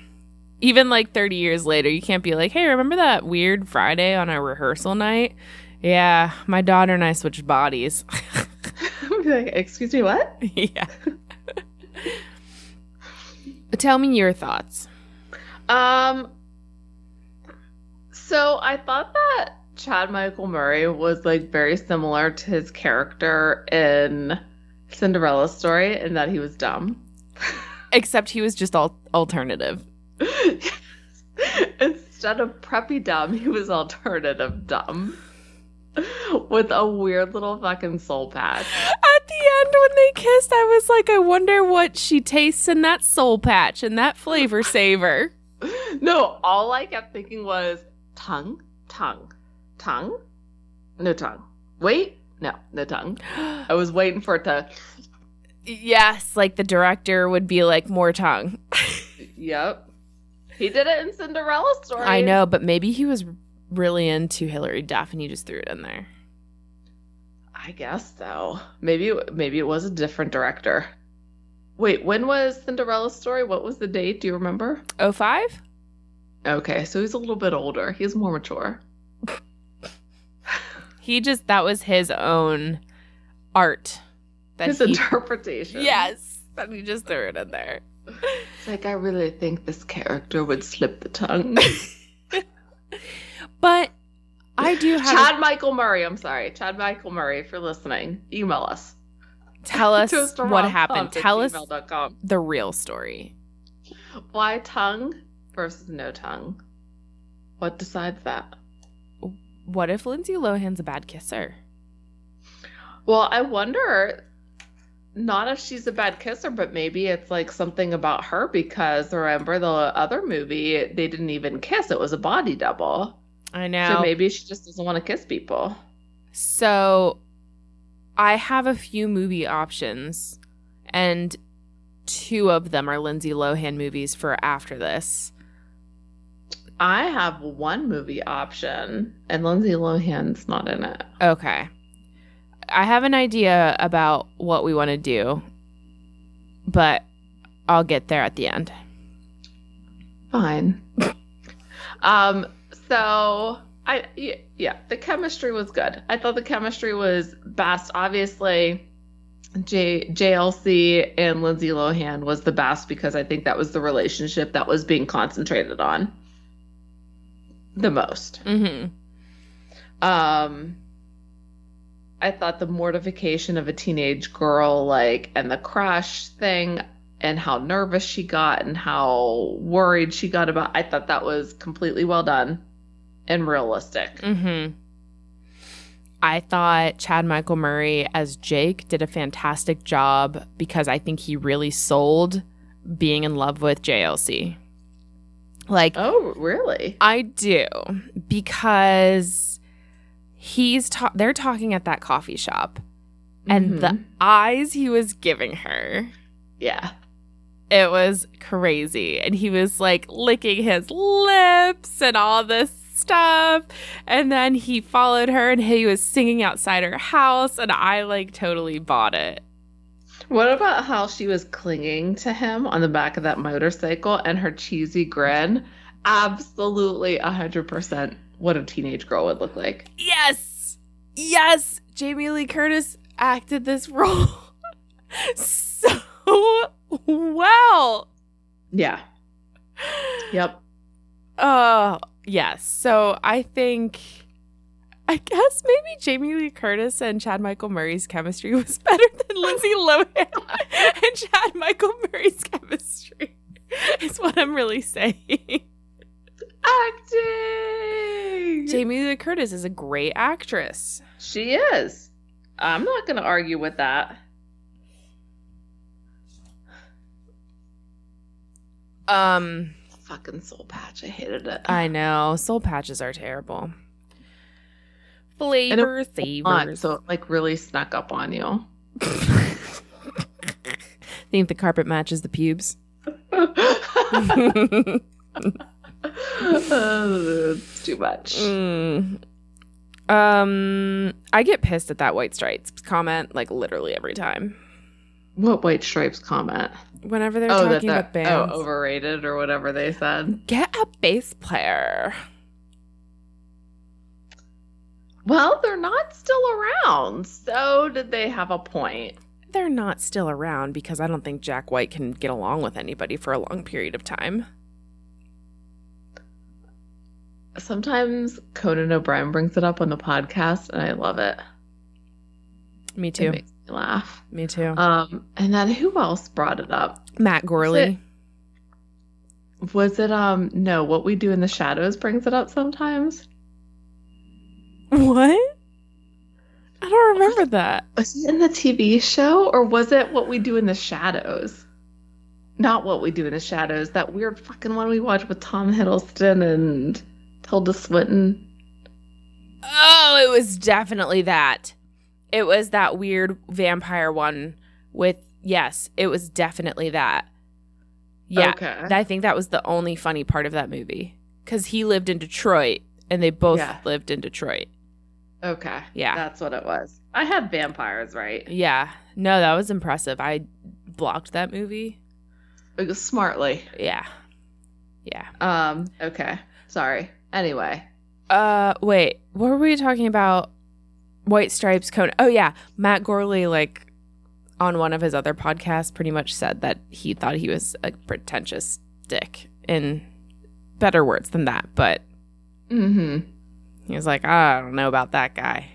Even like 30 years later, you can't be like, hey, remember that weird Friday on our rehearsal night? Yeah, my daughter and I switched bodies. I'd be like, excuse me, what? yeah. Tell me your thoughts. Um. So I thought that Chad Michael Murray was like very similar to his character in Cinderella's story, in that he was dumb. Except he was just al- alternative. Instead of preppy dumb, he was alternative dumb. with a weird little fucking soul patch. At the end, when they kissed, I was like, I wonder what she tastes in that soul patch and that flavor saver. No, all I kept thinking was tongue, tongue, tongue, no tongue. Wait, no, no tongue. I was waiting for it to. yes, like the director would be like, more tongue. Yep. He did it in Cinderella story. I know, but maybe he was really into Hillary Duff and he just threw it in there. I guess so. Maybe maybe it was a different director. Wait, when was Cinderella's story? What was the date? Do you remember? Oh five? Okay, so he's a little bit older. He's more mature. he just that was his own art. That His he, interpretation. Yes. That he just threw it in there. It's like I really think this character would slip the tongue. But I do have Chad Michael Murray, I'm sorry. Chad Michael Murray, if you're listening, email us. tell us Toaster what Rom happened. Pump at Tell us gmail.com. the real story. Why tongue versus no tongue? What decides that? What if Lindsay Lohan's a bad kisser? Well, I wonder not if she's a bad kisser, but maybe it's like something about her because remember the other movie, they didn't even kiss. It was a body double. I know. So maybe she just doesn't want to kiss people. So I have a few movie options, and two of them are Lindsay Lohan movies for after this. I have one movie option, and Lindsay Lohan's not in it. Okay. I have an idea about what we want to do, but I'll get there at the end. Fine. um. So I y- yeah, the chemistry was good. I thought the chemistry was best. Obviously, J JLC and Lindsay Lohan was the best because I think that was the relationship that was being concentrated on the most. Mm-hmm. Um. I thought the mortification of a teenage girl, like, and the crush thing, and how nervous she got and how worried she got about I thought that was completely well done and realistic. Mm-hmm. I thought Chad Michael Murray as Jake did a fantastic job because I think he really sold being in love with JLC. Like, Oh, really? I do because he's ta- they're talking at that coffee shop and the Mhm. eyes he was giving her yeah. it was crazy and he was like licking his lips and all this stuff and then he followed her and he was singing outside her house and I like totally bought it What about how she was clinging to him on the back of that motorcycle and her cheesy grin? Absolutely 100% what a teenage girl would look like. Yes. Yes. Jamie Lee Curtis acted this role so well. Yeah. Yep. Oh, yes. So I think I guess maybe Jamie Lee Curtis and Chad Michael Murray's chemistry was better than Lindsay Lohan and Chad Michael Murray's chemistry. Is what I'm really saying. Acting. Jamie Lee Curtis is a great actress. She is. I'm not going to argue with that. Um Fucking soul patch. I hated it. I know. Soul patches are terrible. Flavor on, savers. so it like really snuck up on you. Think the carpet matches the pubes. Oh, it's too much. Mm. Um, I get pissed at that white stripes comment like literally every time. What white stripes comment? Whenever they're oh, that talking that about bands, oh overrated or whatever they said. get a bass player. Well, they're not still around, so did they have a point? They're not still around because I don't think Jack White can get along with anybody for a long period of time. Sometimes Conan O'Brien brings it up on the podcast, and I love it. Me It too. makes me laugh. Me too. Um, and then who else brought it up? Matt Gorley. Was it um no, what we do in the shadows brings it up sometimes? What? remember that. Was it in the TV show or was it what we do in the shadows? Not what we do in the shadows. That weird fucking one we watched with Tom Hiddleston and Tilda Swinton. Oh, it was definitely that. It was that weird vampire one with yes, it was definitely that. Yeah. Okay. I think that was the only funny part of that movie cuz he lived in Detroit and they both Yeah. lived in Detroit. Okay. Yeah. That's what it was. I had vampires right. Yeah. No, that was impressive. I blocked that movie. It was smartly. Yeah. Yeah. Um. Okay. Sorry. Anyway. Uh wait, what were we talking about? White Stripes Conan. Oh yeah, Matt Gorley like on one of his other podcasts pretty much said that he thought he was a pretentious dick in better words than that, but Mm-hmm. he was like, "Ah, I don't know about that guy.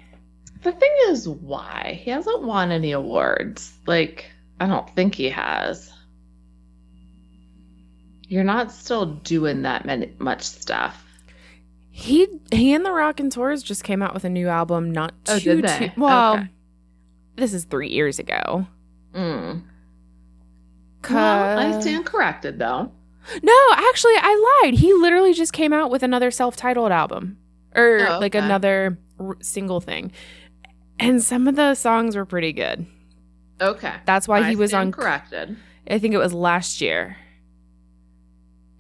The thing is, why he hasn't won any awards? Like, I don't think he has. You're not still doing that many, much stuff. He he and the Rock and Tours just came out with a new album not too Oh, did they? too- well Okay. this is three years ago. Mm. Well, I Cause- stand corrected, though. No, actually, I lied. He literally just came out with another self-titled album, or Oh, like okay. another r- single thing, and some of the songs were pretty good. Okay. That's why I he was stand on. corrected. I think it was last year,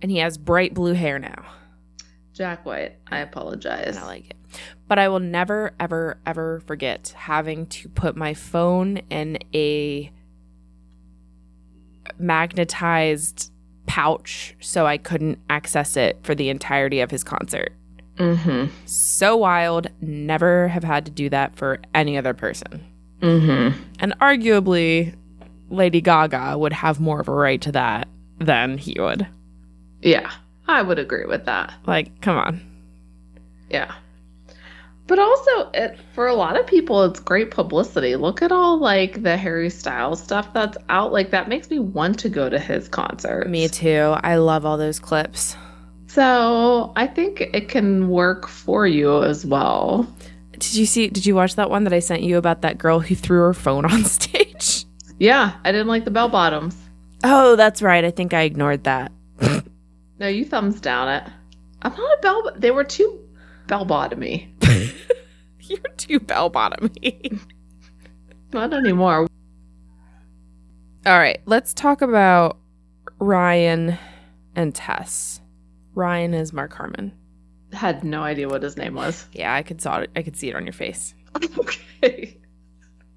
and he has bright blue hair now, Jack White, I and apologize. I like it. But I will never, ever, ever forget having to put my phone in a magnetized pouch so I couldn't access it for the entirety of his concert. Mm-hmm. so wild, never have had to do that for any other person. Mm-hmm. And arguably, Lady Gaga would have more of a right to that than he would. Yeah, I would agree with that. Like, come on. Yeah. But also, it, for a lot of people, it's great publicity. Look at all like the Harry Styles stuff that's out. Like that makes me want to go to his concert. Me too. I love all those clips. So I think it can work for you as well. Did you see? Did you watch that one that I sent you about that girl who threw her phone on stage? Yeah, I didn't like the bell bottoms. Oh, that's right. I think I ignored that. No, you thumbs down it. I'm not a bell. They were too bell bottomy. You're too bell bottomy. Not anymore. all right, let's talk about Ryan and Tess. Ryan is Mark Harmon. Had no idea what his name was. Yeah, I could saw it. I could see it on your face. Okay.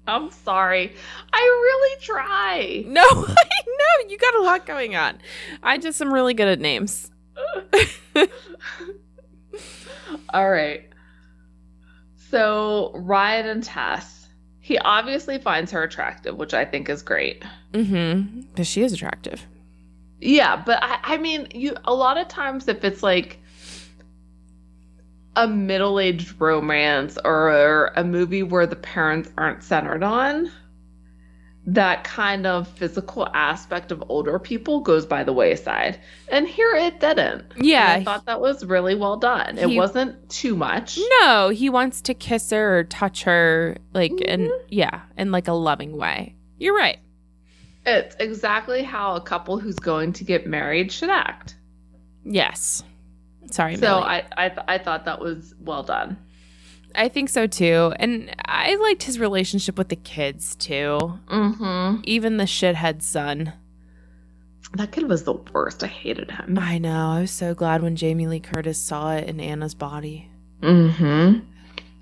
I'm sorry. I really try. No, I know you got a lot going on. I just am really good at names. All right. So Ryan and Tess, he obviously finds her attractive, which I think is great. Mm-hmm. But she is attractive. Yeah, but I, I mean, you a lot of times if it's like a middle-aged romance or a movie where the parents aren't centered on, that kind of physical aspect of older people goes by the wayside. And here it didn't. And I Yeah. thought that was really well done. it He- wasn't too much. No, he wants to kiss her or touch her, like, and Mm-hmm. yeah, in like a loving way. You're right. It's exactly how a couple who's going to get married should act. Yes. Sorry. so Millie. I I, th- I thought that was well done. I think so too, and I liked his relationship with the kids too. Mm-hmm. Even the shithead son. That kid was the worst. I hated him. I know. I was so glad when Jamie Lee Curtis saw it in Anna's body. Mm-hmm.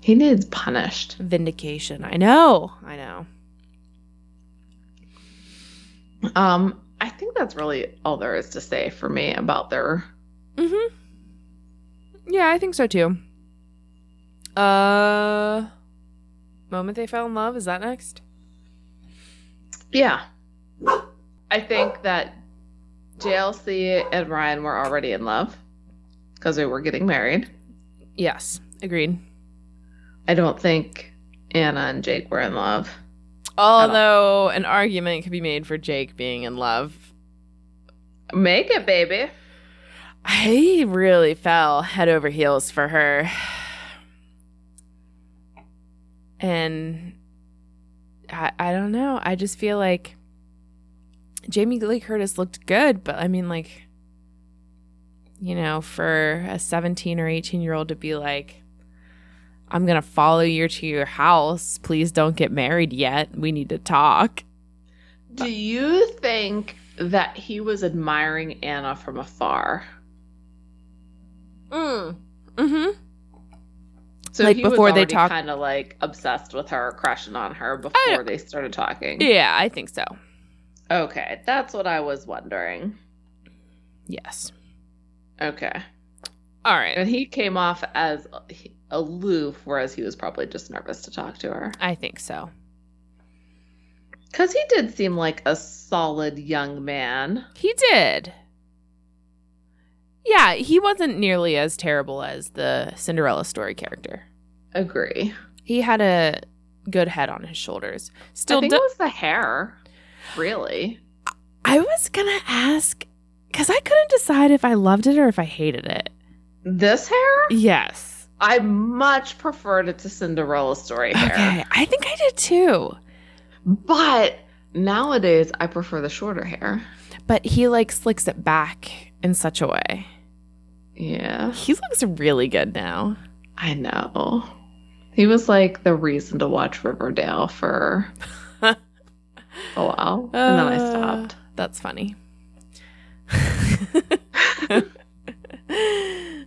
He needs punished. vindication. I know. I know. Um, I think that's really all there is to say for me about their. Mhm. Yeah, I think so too. Uh Moment they fell in love, is that next? Yeah. I think that JLC and Ryan were already in love because they were getting married. Yes, agreed. I don't think Anna and Jake were in love. Although an argument could be made for Jake being in love. Make it, baby. He really fell head over heels for her. And I, I don't know. I just feel like Jamie Lee Curtis looked good, but I mean, like, you know, for a 17 or 18 year old to be like, I'm going to follow you to your house. Please don't get married yet. We need to talk. Do you think that he was admiring Anna from afar? Mm. hmm So Like, he was before they already talk- kind of like obsessed with her, crushing on her I- before they started talking. Yeah, I think so. Okay, that's what I was wondering. Yes. Okay, All right. and he came off as aloof, whereas he was probably just nervous to talk to her. I think so. Because he did seem like a solid young man. He did. Yeah, he wasn't nearly as terrible as the Cinderella story character. Agree. He had a good head on his shoulders. Still, I think do- it was the hair, really. I was gonna ask because I couldn't decide if I loved it or if I hated it. This hair? Yes. I much preferred it to Cinderella story hair. Okay, I think I did too. But nowadays, I prefer the shorter hair. But he like slicks it back in such a way. Yeah, He looks really good now. I know. He was like the reason to watch Riverdale for a while. And then I Uh, stopped. That's funny.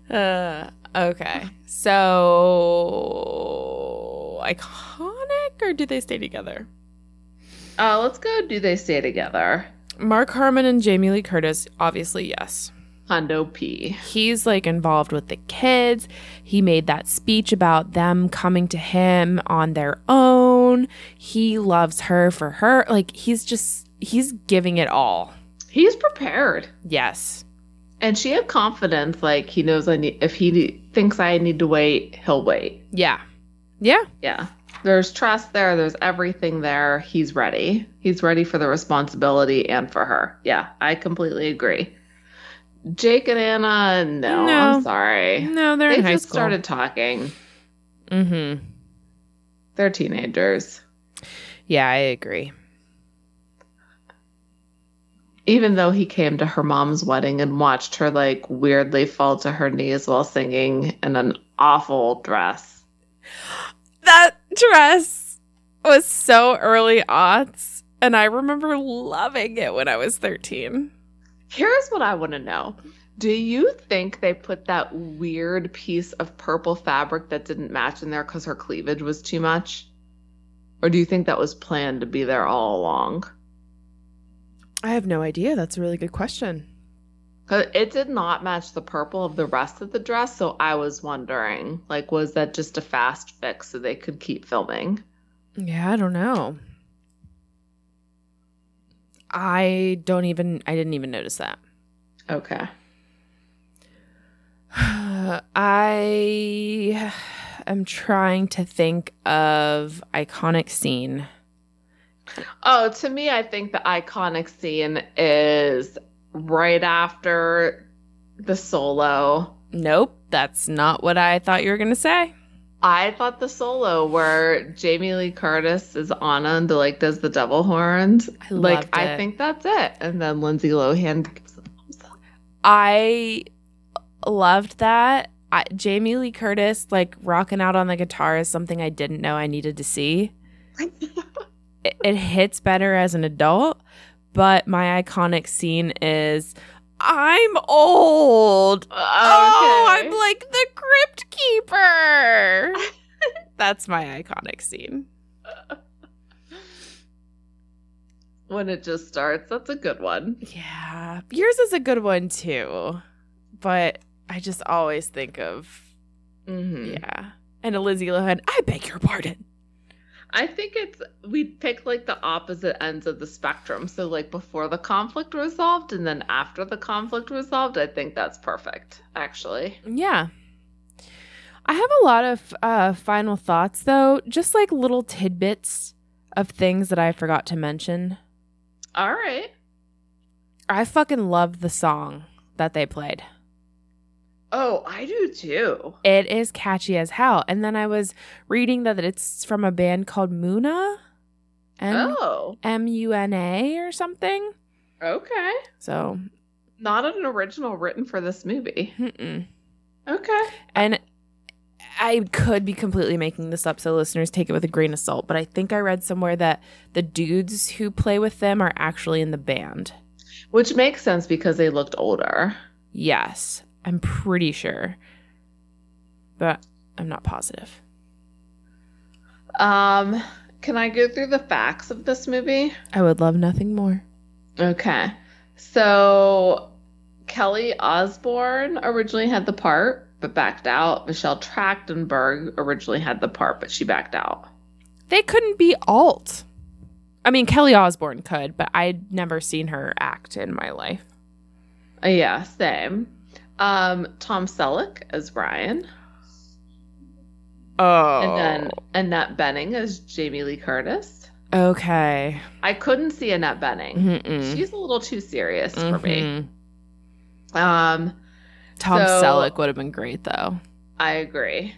uh, okay. So iconic or do they stay together? Uh, let's go. Do they stay together? Mark Harmon and Jamie Lee Curtis, obviously, yes. Hondo P. He's like involved with the kids. He made that speech about them coming to him on their own. He loves her for her. Like he's just he's giving it all. He's prepared. Yes. And she had confidence, like he knows I need. If he ne- thinks I need to wait, he'll wait. Yeah. Yeah. Yeah, there's trust there. There's everything there. He's ready. He's ready for the responsibility and for her. Yeah, I completely agree. Jake and Anna, no, No. I'm sorry. No, they're They in high just school. started talking. Mm-hmm. They're teenagers. Yeah, I agree. Even though he came to her mom's wedding and watched her like weirdly fall to her knees while singing in an awful dress. That dress was so early aughts, and I remember loving it when I was thirteen. Here's what I want to know. Do you think they put that weird piece of purple fabric that didn't match in there because her cleavage was too much? Or do you think that was planned to be there all along? I have no idea. That's a really good question. 'Cause it did not match the purple of the rest of the dress, so I was wondering, like, was that just a fast fix so they could keep filming? Yeah, I don't know. I don't even I didn't even notice that. Okay. I am trying to think of iconic scene. Oh, to me, I think the iconic scene is right after the solo. Nope, that's not what I thought you were going to say. I thought the solo where Jamie Lee Curtis is Anna and like does the devil horns. I Like loved I it. think that's it. And then Lindsay Lohan gives a thumbs up. I loved that. I, Jamie Lee Curtis like rocking out on the guitar is something I didn't know I needed to see. It, it hits better as an adult, but my iconic scene is I'm old. Oh, I'm like the crypt keeper. That's my iconic scene. when it just starts. That's a good one. Yeah. Yours is a good one too. But I just always think of Mhm. Yeah. And a Lizzie Lohan, I beg your pardon. I think it's we picked like the opposite ends of the spectrum. So like before the conflict resolved and then after the conflict resolved, I think that's perfect, actually. Yeah. I have a lot of uh, final thoughts, though, just like little tidbits of things that I forgot to mention. All right. I fucking love the song that they played. Oh, I do too. It is catchy as hell. And then I was reading that it's from a band called Muna. M oh, M U N A or something. okay. So, Not an original written for this movie. mm-mm. Okay. and I could be completely making this up, so listeners take it with a grain of salt. But I think I read somewhere that the dudes who play with them are actually in the band. Which makes sense because they looked older. Yes, I'm pretty sure, but I'm not positive. Um, can I go through the facts of this movie? I would love nothing more. Okay. So Kelly Osborne originally had the part, but backed out. Michelle Trachtenberg originally had the part, but she backed out. They couldn't be alt. I mean, Kelly Osborne could, but I'd never seen her act in my life. Uh, Yeah, same. Um, Tom Selleck as Brian, Oh. and then Annette Benning as Jamie Lee Curtis. okay. I couldn't see Annette Benning. Mm-mm. She's a little too serious for me. Mhm. Um, Tom So- Selleck would have been great though. I agree.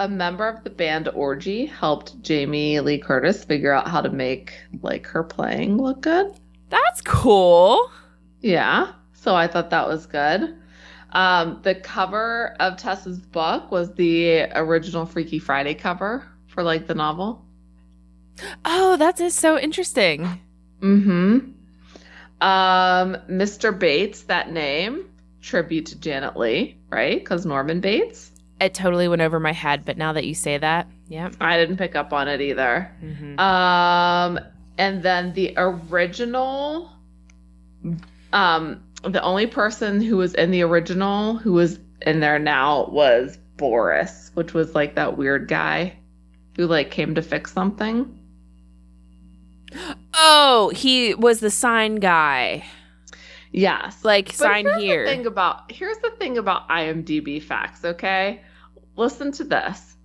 A member of the band Orgy helped Jamie Lee Curtis figure out how to make like her playing look good. That's cool. Yeah. So I thought that was good. Um, the cover of Tessa's book was the original Freaky Friday cover for like the novel. Oh, that is so interesting. Mm-hmm. Um, Mr. Bates, that name, tribute to Janet Lee, right? Because Norman Bates. It totally went over my head, but now that you say that, yep. I didn't pick up on it either. Um, and then the original, um, the only person who was in the original who was in there now was Boris, which was like that weird guy who like came to fix something. Oh, he was the sign guy. Yes. Like But sign here's here. The thing about here's the thing about IMDb facts. Okay, listen to this.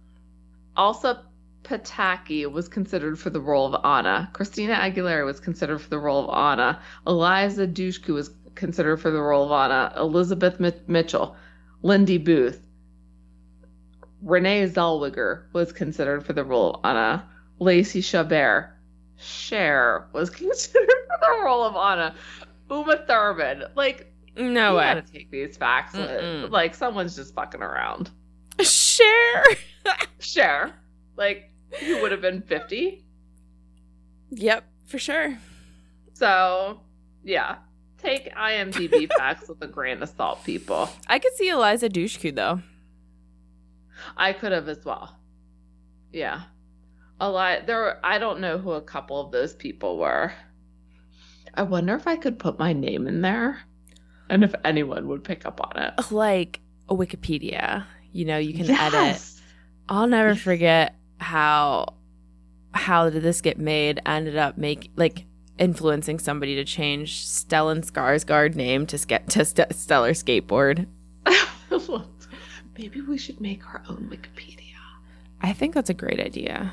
Elsa Pataki was considered for the role of Anna. Christina Aguilera was considered for the role of Anna. Eliza Dushku was considered for the role of Anna. Elizabeth Mi- Mitchell, Lindy Booth, Renee Zellweger was considered for the role of Anna. Lacey Chabert, Cher was considered for the role of Anna. Uma Thurman, like No you way. gotta take these facts. with- Mm-mm. Like someone's just fucking around. Share. Sure. Like you would have been fifty. Yep, for sure. So yeah. Take IMDb facts with a grain of salt, people. I could see Eliza Dushku though. I could have as well. Yeah. A lot there were- I don't know who a couple of those people were. I wonder if I could put my name in there and if anyone would pick up on it. Like a Wikipedia. You know, you can edit. I'll never Yes. forget how how did this get made ended up make like influencing somebody to change Stellan Skarsgård name to ske- to St- Stellar Skateboard. edit. Maybe we should make our own Wikipedia. I think that's a great idea.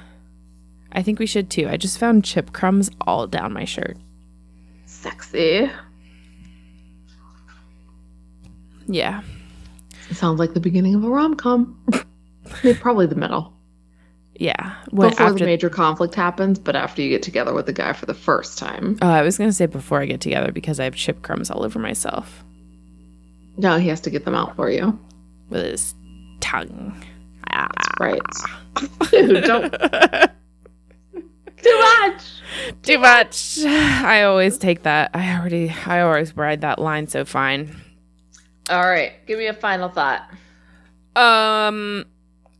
I think we should too. I just found chip crumbs all down my shirt. Sexy. Yeah. It sounds like the beginning of a rom com. Probably the middle. Yeah. When before after the major conflict happens, but after you get together with the guy for the first time. Oh, I was going to say before I get together because I have chip crumbs all over myself No, he has to get them out for you. with his tongue. Ah. Right. Ew, don't too much. Too much. I always take that. I already, I always ride that line so fine. All right. Give me a final thought. Um,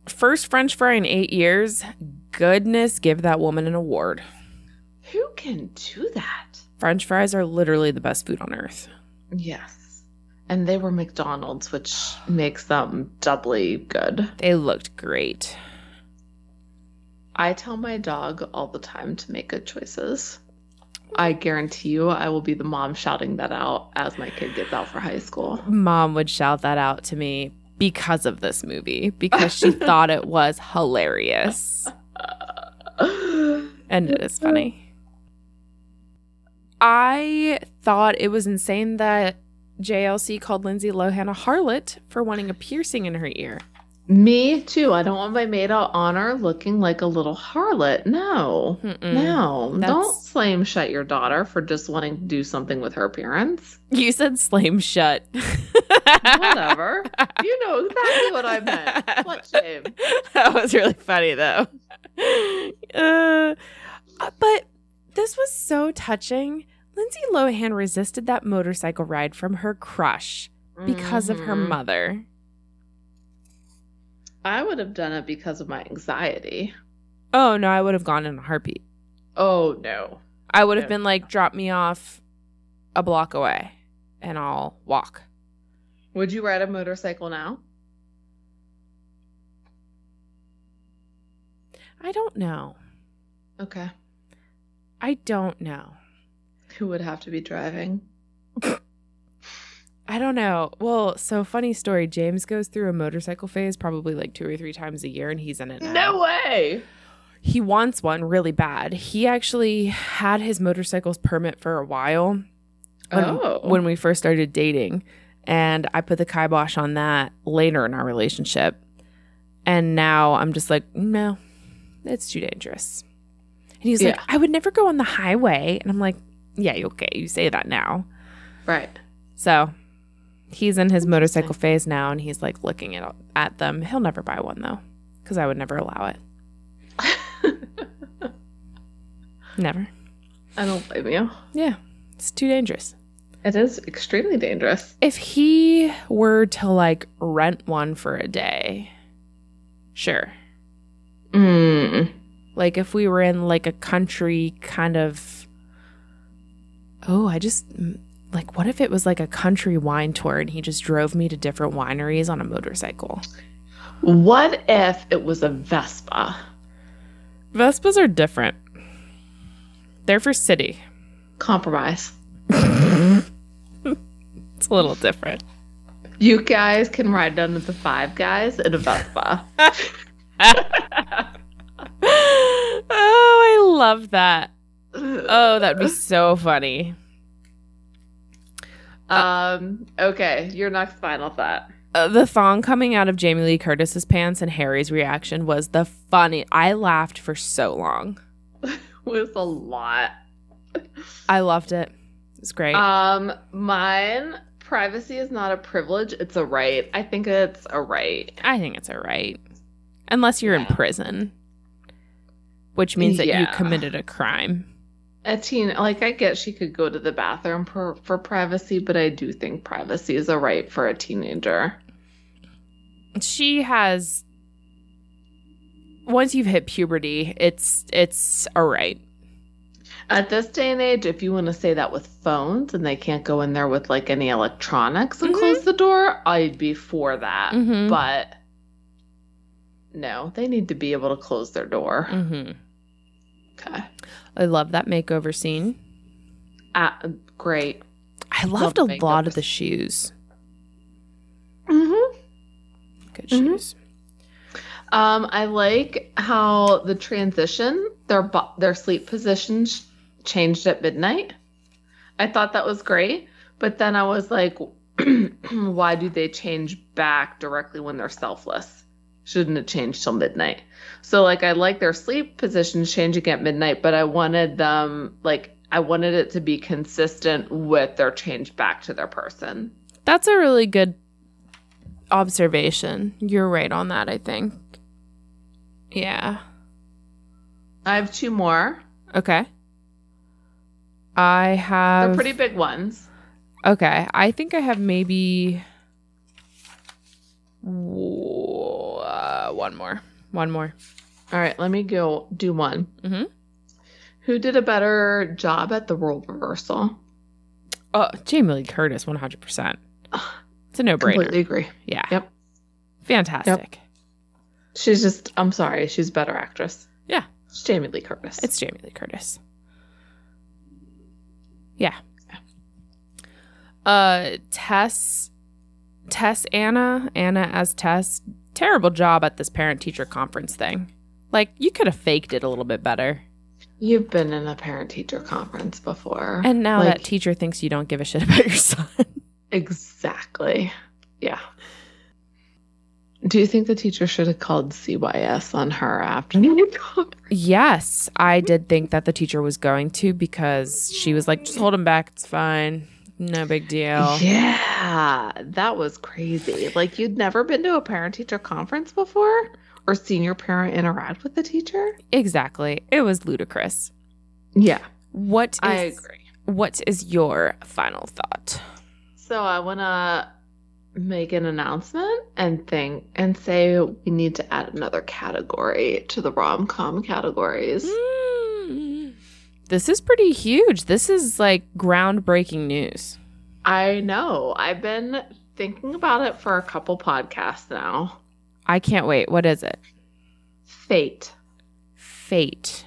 first French fry in eight years. Goodness, give that woman an award. Who can do that? French fries are literally the best food on earth. Yes. And they were McDonald's, which makes them doubly good. They looked great. I tell my dog all the time to make good choices. I guarantee you, I will be the mom shouting that out as my kid gets out for high school. Mom would shout that out to me because of this movie because she thought it was hilarious, and it is funny. I thought it was insane that JLC called Lindsay Lohan a harlot for wanting a piercing in her ear. Me too. I don't want my maid of honor looking like a little harlot. No. Mm-mm. No. Don't Hmm. That's- slame shut your daughter for just wanting to do something with her parents. You said slame shut. Whatever. you know exactly what I meant. What shame. that was really funny though. Uh, uh, but this was so touching. Lindsay Lohan resisted that motorcycle ride from her crush because of her Mhm. mother. I would have done it because of my anxiety. Oh no, I would have gone in a heartbeat. Oh no. I would have Yeah. been like, drop me off a block away and I'll walk. Would you ride a motorcycle now? I don't know. Okay. I don't know. Who would have to be driving? I don't know. Well, so funny story. James goes through a motorcycle phase probably like two or three times a year, and he's in it. Now. No way. he wants one really bad. He actually had his motorcycle's permit for a while when, Oh. when we first started dating. And I put the kibosh on that later in our relationship. And now I'm just like, no, it's too dangerous. And he's like, Yeah. I would never go on the highway. And I'm like, yeah, you- okay, you say that now. Right. So he's in his motorcycle Interesting. phase now and he's like looking at, at them. He'll never buy one though, because I would never allow it. Never. I don't blame you. Yeah, it's too dangerous. It is extremely dangerous. If he were to like rent one for a day, sure. Mm. Like if we were in like a country kind of Oh, I just mm, like what if it was like a country wine tour and he just drove me to different wineries on a motorcycle? What if it was a Vespa? Vespas are different. They're for city. Compromise. It's a little different. You guys can ride down to the five guys in a Vespa. oh, I love that. Oh, that'd be so funny. um, okay, your next final thought. Uh, the thong coming out of Jamie Lee Curtis's pants and Harry's reaction was the funny. I laughed for so long. Was a lot. I loved it. It's great. Um, mine, privacy is not a privilege, it's a right. I think it's a right. I think it's all right, unless you're in Yeah. prison, which means that you Yeah. committed a crime. A teen, like I get she could go to the bathroom for, for privacy, but I do think privacy is a right for a teenager. She has. Once you've hit puberty, it's it's all right. At this day and age, if you want to say that with phones and they can't go in there with like any electronics and Mhm. close the door, I'd be for that. Mhm. But no, they need to be able to close their door. hmm Okay. I love that makeover scene. Ah, great. I Love loved a makeovers. lot of the shoes. Mm-hmm. Good Mhm. shoes. Um, I like how the transition, their bo- their sleep positions changed at midnight. I thought that was great, but then I was like, why do they change back directly when they're selfless? Shouldn't it change till midnight? So like, I like their sleep positions changing at midnight, but I wanted them like I wanted it to be consistent with their change back to their person. That's a really good observation. You're right on that, I think. Yeah. I have two more. Okay. I have They're pretty big ones. Okay, I think I have maybe Wo- uh, one more. One more. All right, let me go do one. Mhm. Who did a better job at the role reversal? Oh, Jamie Lee Curtis 100%. It's a no-brainer. Completely agree. Yeah. Yep. Fantastic. She's just, I'm sorry, she's a better actress. Yeah. It's Jamie Lee Curtis. It's Jamie Lee Curtis. Yeah. Uh Tess Tess Anna, Anna as Tess. Terrible job at this parent teacher conference thing. Like you could have faked it a little bit better. You've been in a parent teacher conference before. And now Like- that teacher thinks you don't give a shit about your son. exactly. Yeah. Do you think the teacher should have called CYS on her after they talked? Yes, I did think that the teacher was going to because she was like, just hold him back. It's fine. No big deal. Yeah, that was crazy. Like you'd never been to a parent teacher conference before or seen your parent interact with the teacher? Exactly. It was ludicrous. Yeah, What is, I agree. What is your final thought? So I want to make an announcement and think and say we need to add another category to the rom-com categories. This is pretty huge. This is like groundbreaking news. I know. I've been thinking about it for a couple podcasts now. I can't wait. What is it? Fate. Fate.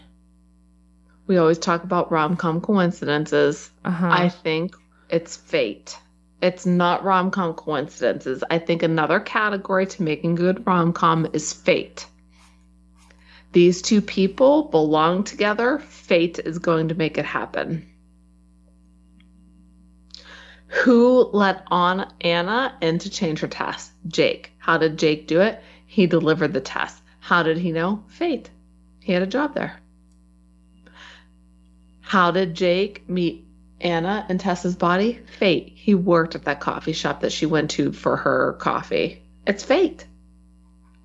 We always talk about rom-com coincidences. Uh huh. I think it's fate. It's not rom com coincidences. I think another category to making good rom com is fate. These two people belong together. Fate is going to make it happen. Who let on Anna in to change her test? Jake. How did Jake do it? He delivered the test. How did he know? Fate. He had a job there. How did Jake meet Anna and Tessa's body? Fate. He worked at that coffee shop that she went to for her coffee. It's fate.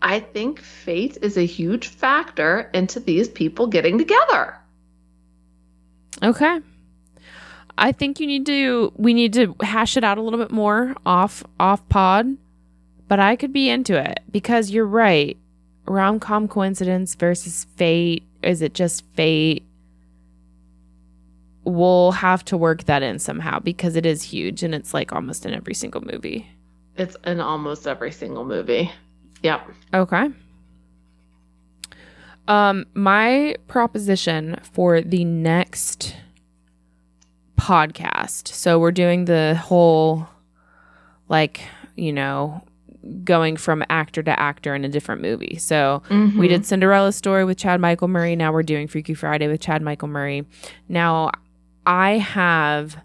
I think fate is a huge factor into these people getting together. Okay. I think you need to we need to hash it out a little bit more off off pod, but I could be into it because you're right. Rom-com coincidence versus fate, is it just fate? We'll have to work that in somehow because it is huge and it's like almost in every single movie. It's in almost every single movie. Yep. Okay. Um, my proposition for the next podcast. So we're doing the whole, like, you know, going from actor to actor in a different movie. So Mm-hmm. we did Cinderella story with Chad Michael Murray. Now we're doing Freaky Friday with Chad Michael Murray. Now I have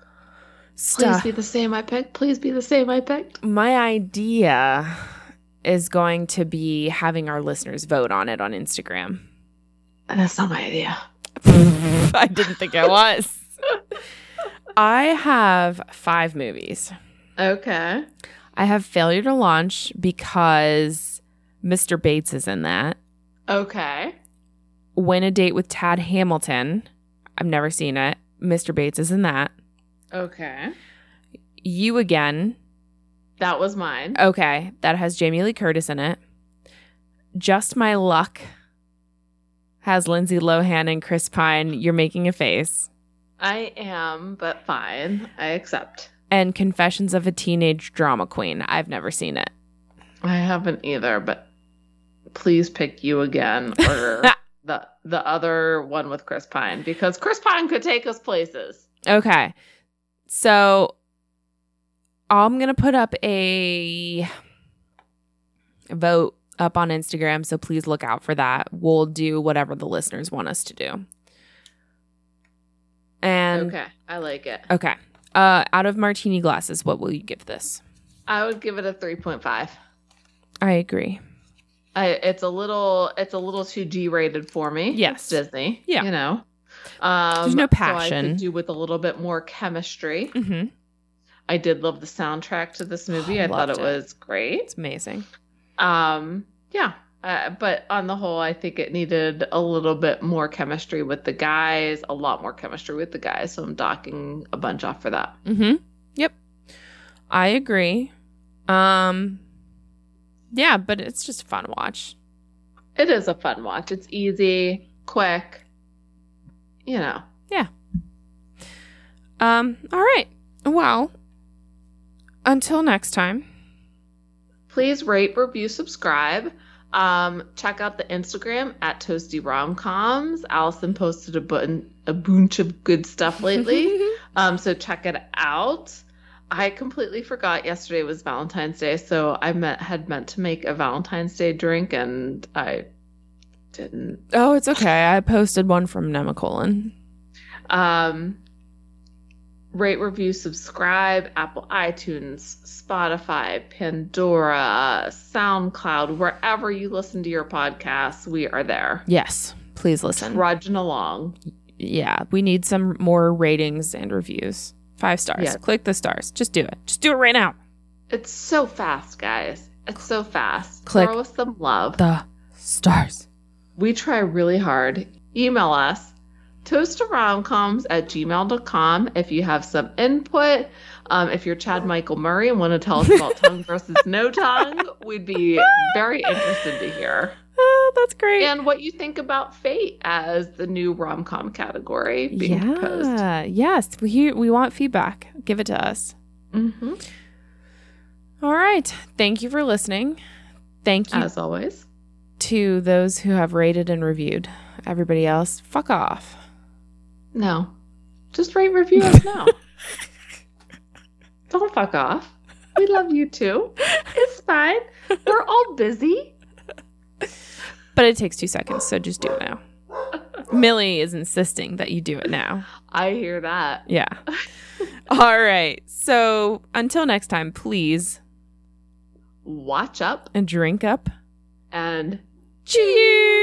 Please stuff be the same I picked. Please be the same I picked. my idea is going to be having our listeners vote on it on Instagram. That's not my idea. I didn't think I was. I have five movies. Okay. I have Failure to Launch because Mr. Bates is in that. Okay. Win a Date with Tad Hamilton. I've never seen it. Mr. Bates is in that. Okay. You Again. That was mine. Oh. Okay. That has Jamie Lee Curtis in it. Just My Luck has Lindsay Lohan and Chris Pine. You're making a face. I am, but fine. I accept. And Confessions of a Teenage Drama Queen. I've never seen it. I haven't either, but please pick you again or the the other one with Chris Pine because Chris Pine could take us places. Okay. So I'm going to put up a vote up on Instagram. So please look out for that. We'll do whatever the listeners want us to do. And okay, I like it. Okay. Uh, out of martini glasses, what will you give this? I would give it a 3.5. I agree. I it's a little it's a little too G-rated for me. Yes. It's Disney. Yeah. You know. Um, no So I passion. could do with a little bit more chemistry. Mm-hmm. I did love the soundtrack to this movie. I thought Oh, Loved it it. was great. It's amazing. um yeah uh, but on the whole i think it needed a little bit more chemistry with the guys a lot more chemistry with the guys so i'm docking a bunch off for that Mm-hmm. Yep. I agree. Um, yeah, but it's just a fun watch. it is a fun watch it's easy quick you know Um, all right. Well, until next time. please rate review subscribe um, check out the instagram at toasty romcoms allison posted a, button, a bunch of good stuff lately Um, so check it out. I completely forgot yesterday was Valentine's Day, so I meant, had meant to make a Valentine's Day drink and I didn't. oh, it's okay. I posted one from Nemacolin. Um, rate, review, subscribe, Apple iTunes, Spotify, Pandora, SoundCloud, wherever you listen to your podcasts, we are there. Yes, please listen. Trudging along. Yeah, we need some more ratings and reviews. Five stars. Yeah. Click the stars. Just do it. Just do it right now. It's so fast, guys. It's so fast. Click. Throw us some love. The stars. we try really hard. Email us toasterromcoms at gmail.com if you have some input. Um, if you're Chad Michael Murray and want to tell us about tongue versus no tongue, we'd be very interested to hear. Ah, that's great. And what you think about Fate as the new rom com category being proposed. yeah. Yes. We hear, we want feedback. Give it to us. hmm All right. Thank you for listening. Thank you As always, to those who have rated and reviewed. Everybody else, fuck off. no. Just rate review us now. Don't fuck off. We love you too. It's fine. We're all busy. But it takes two seconds, so just do it now. Millie is insisting that you do it now. I hear that. Yeah. All right. So until next time, please Watch up and drink up. and Cheers.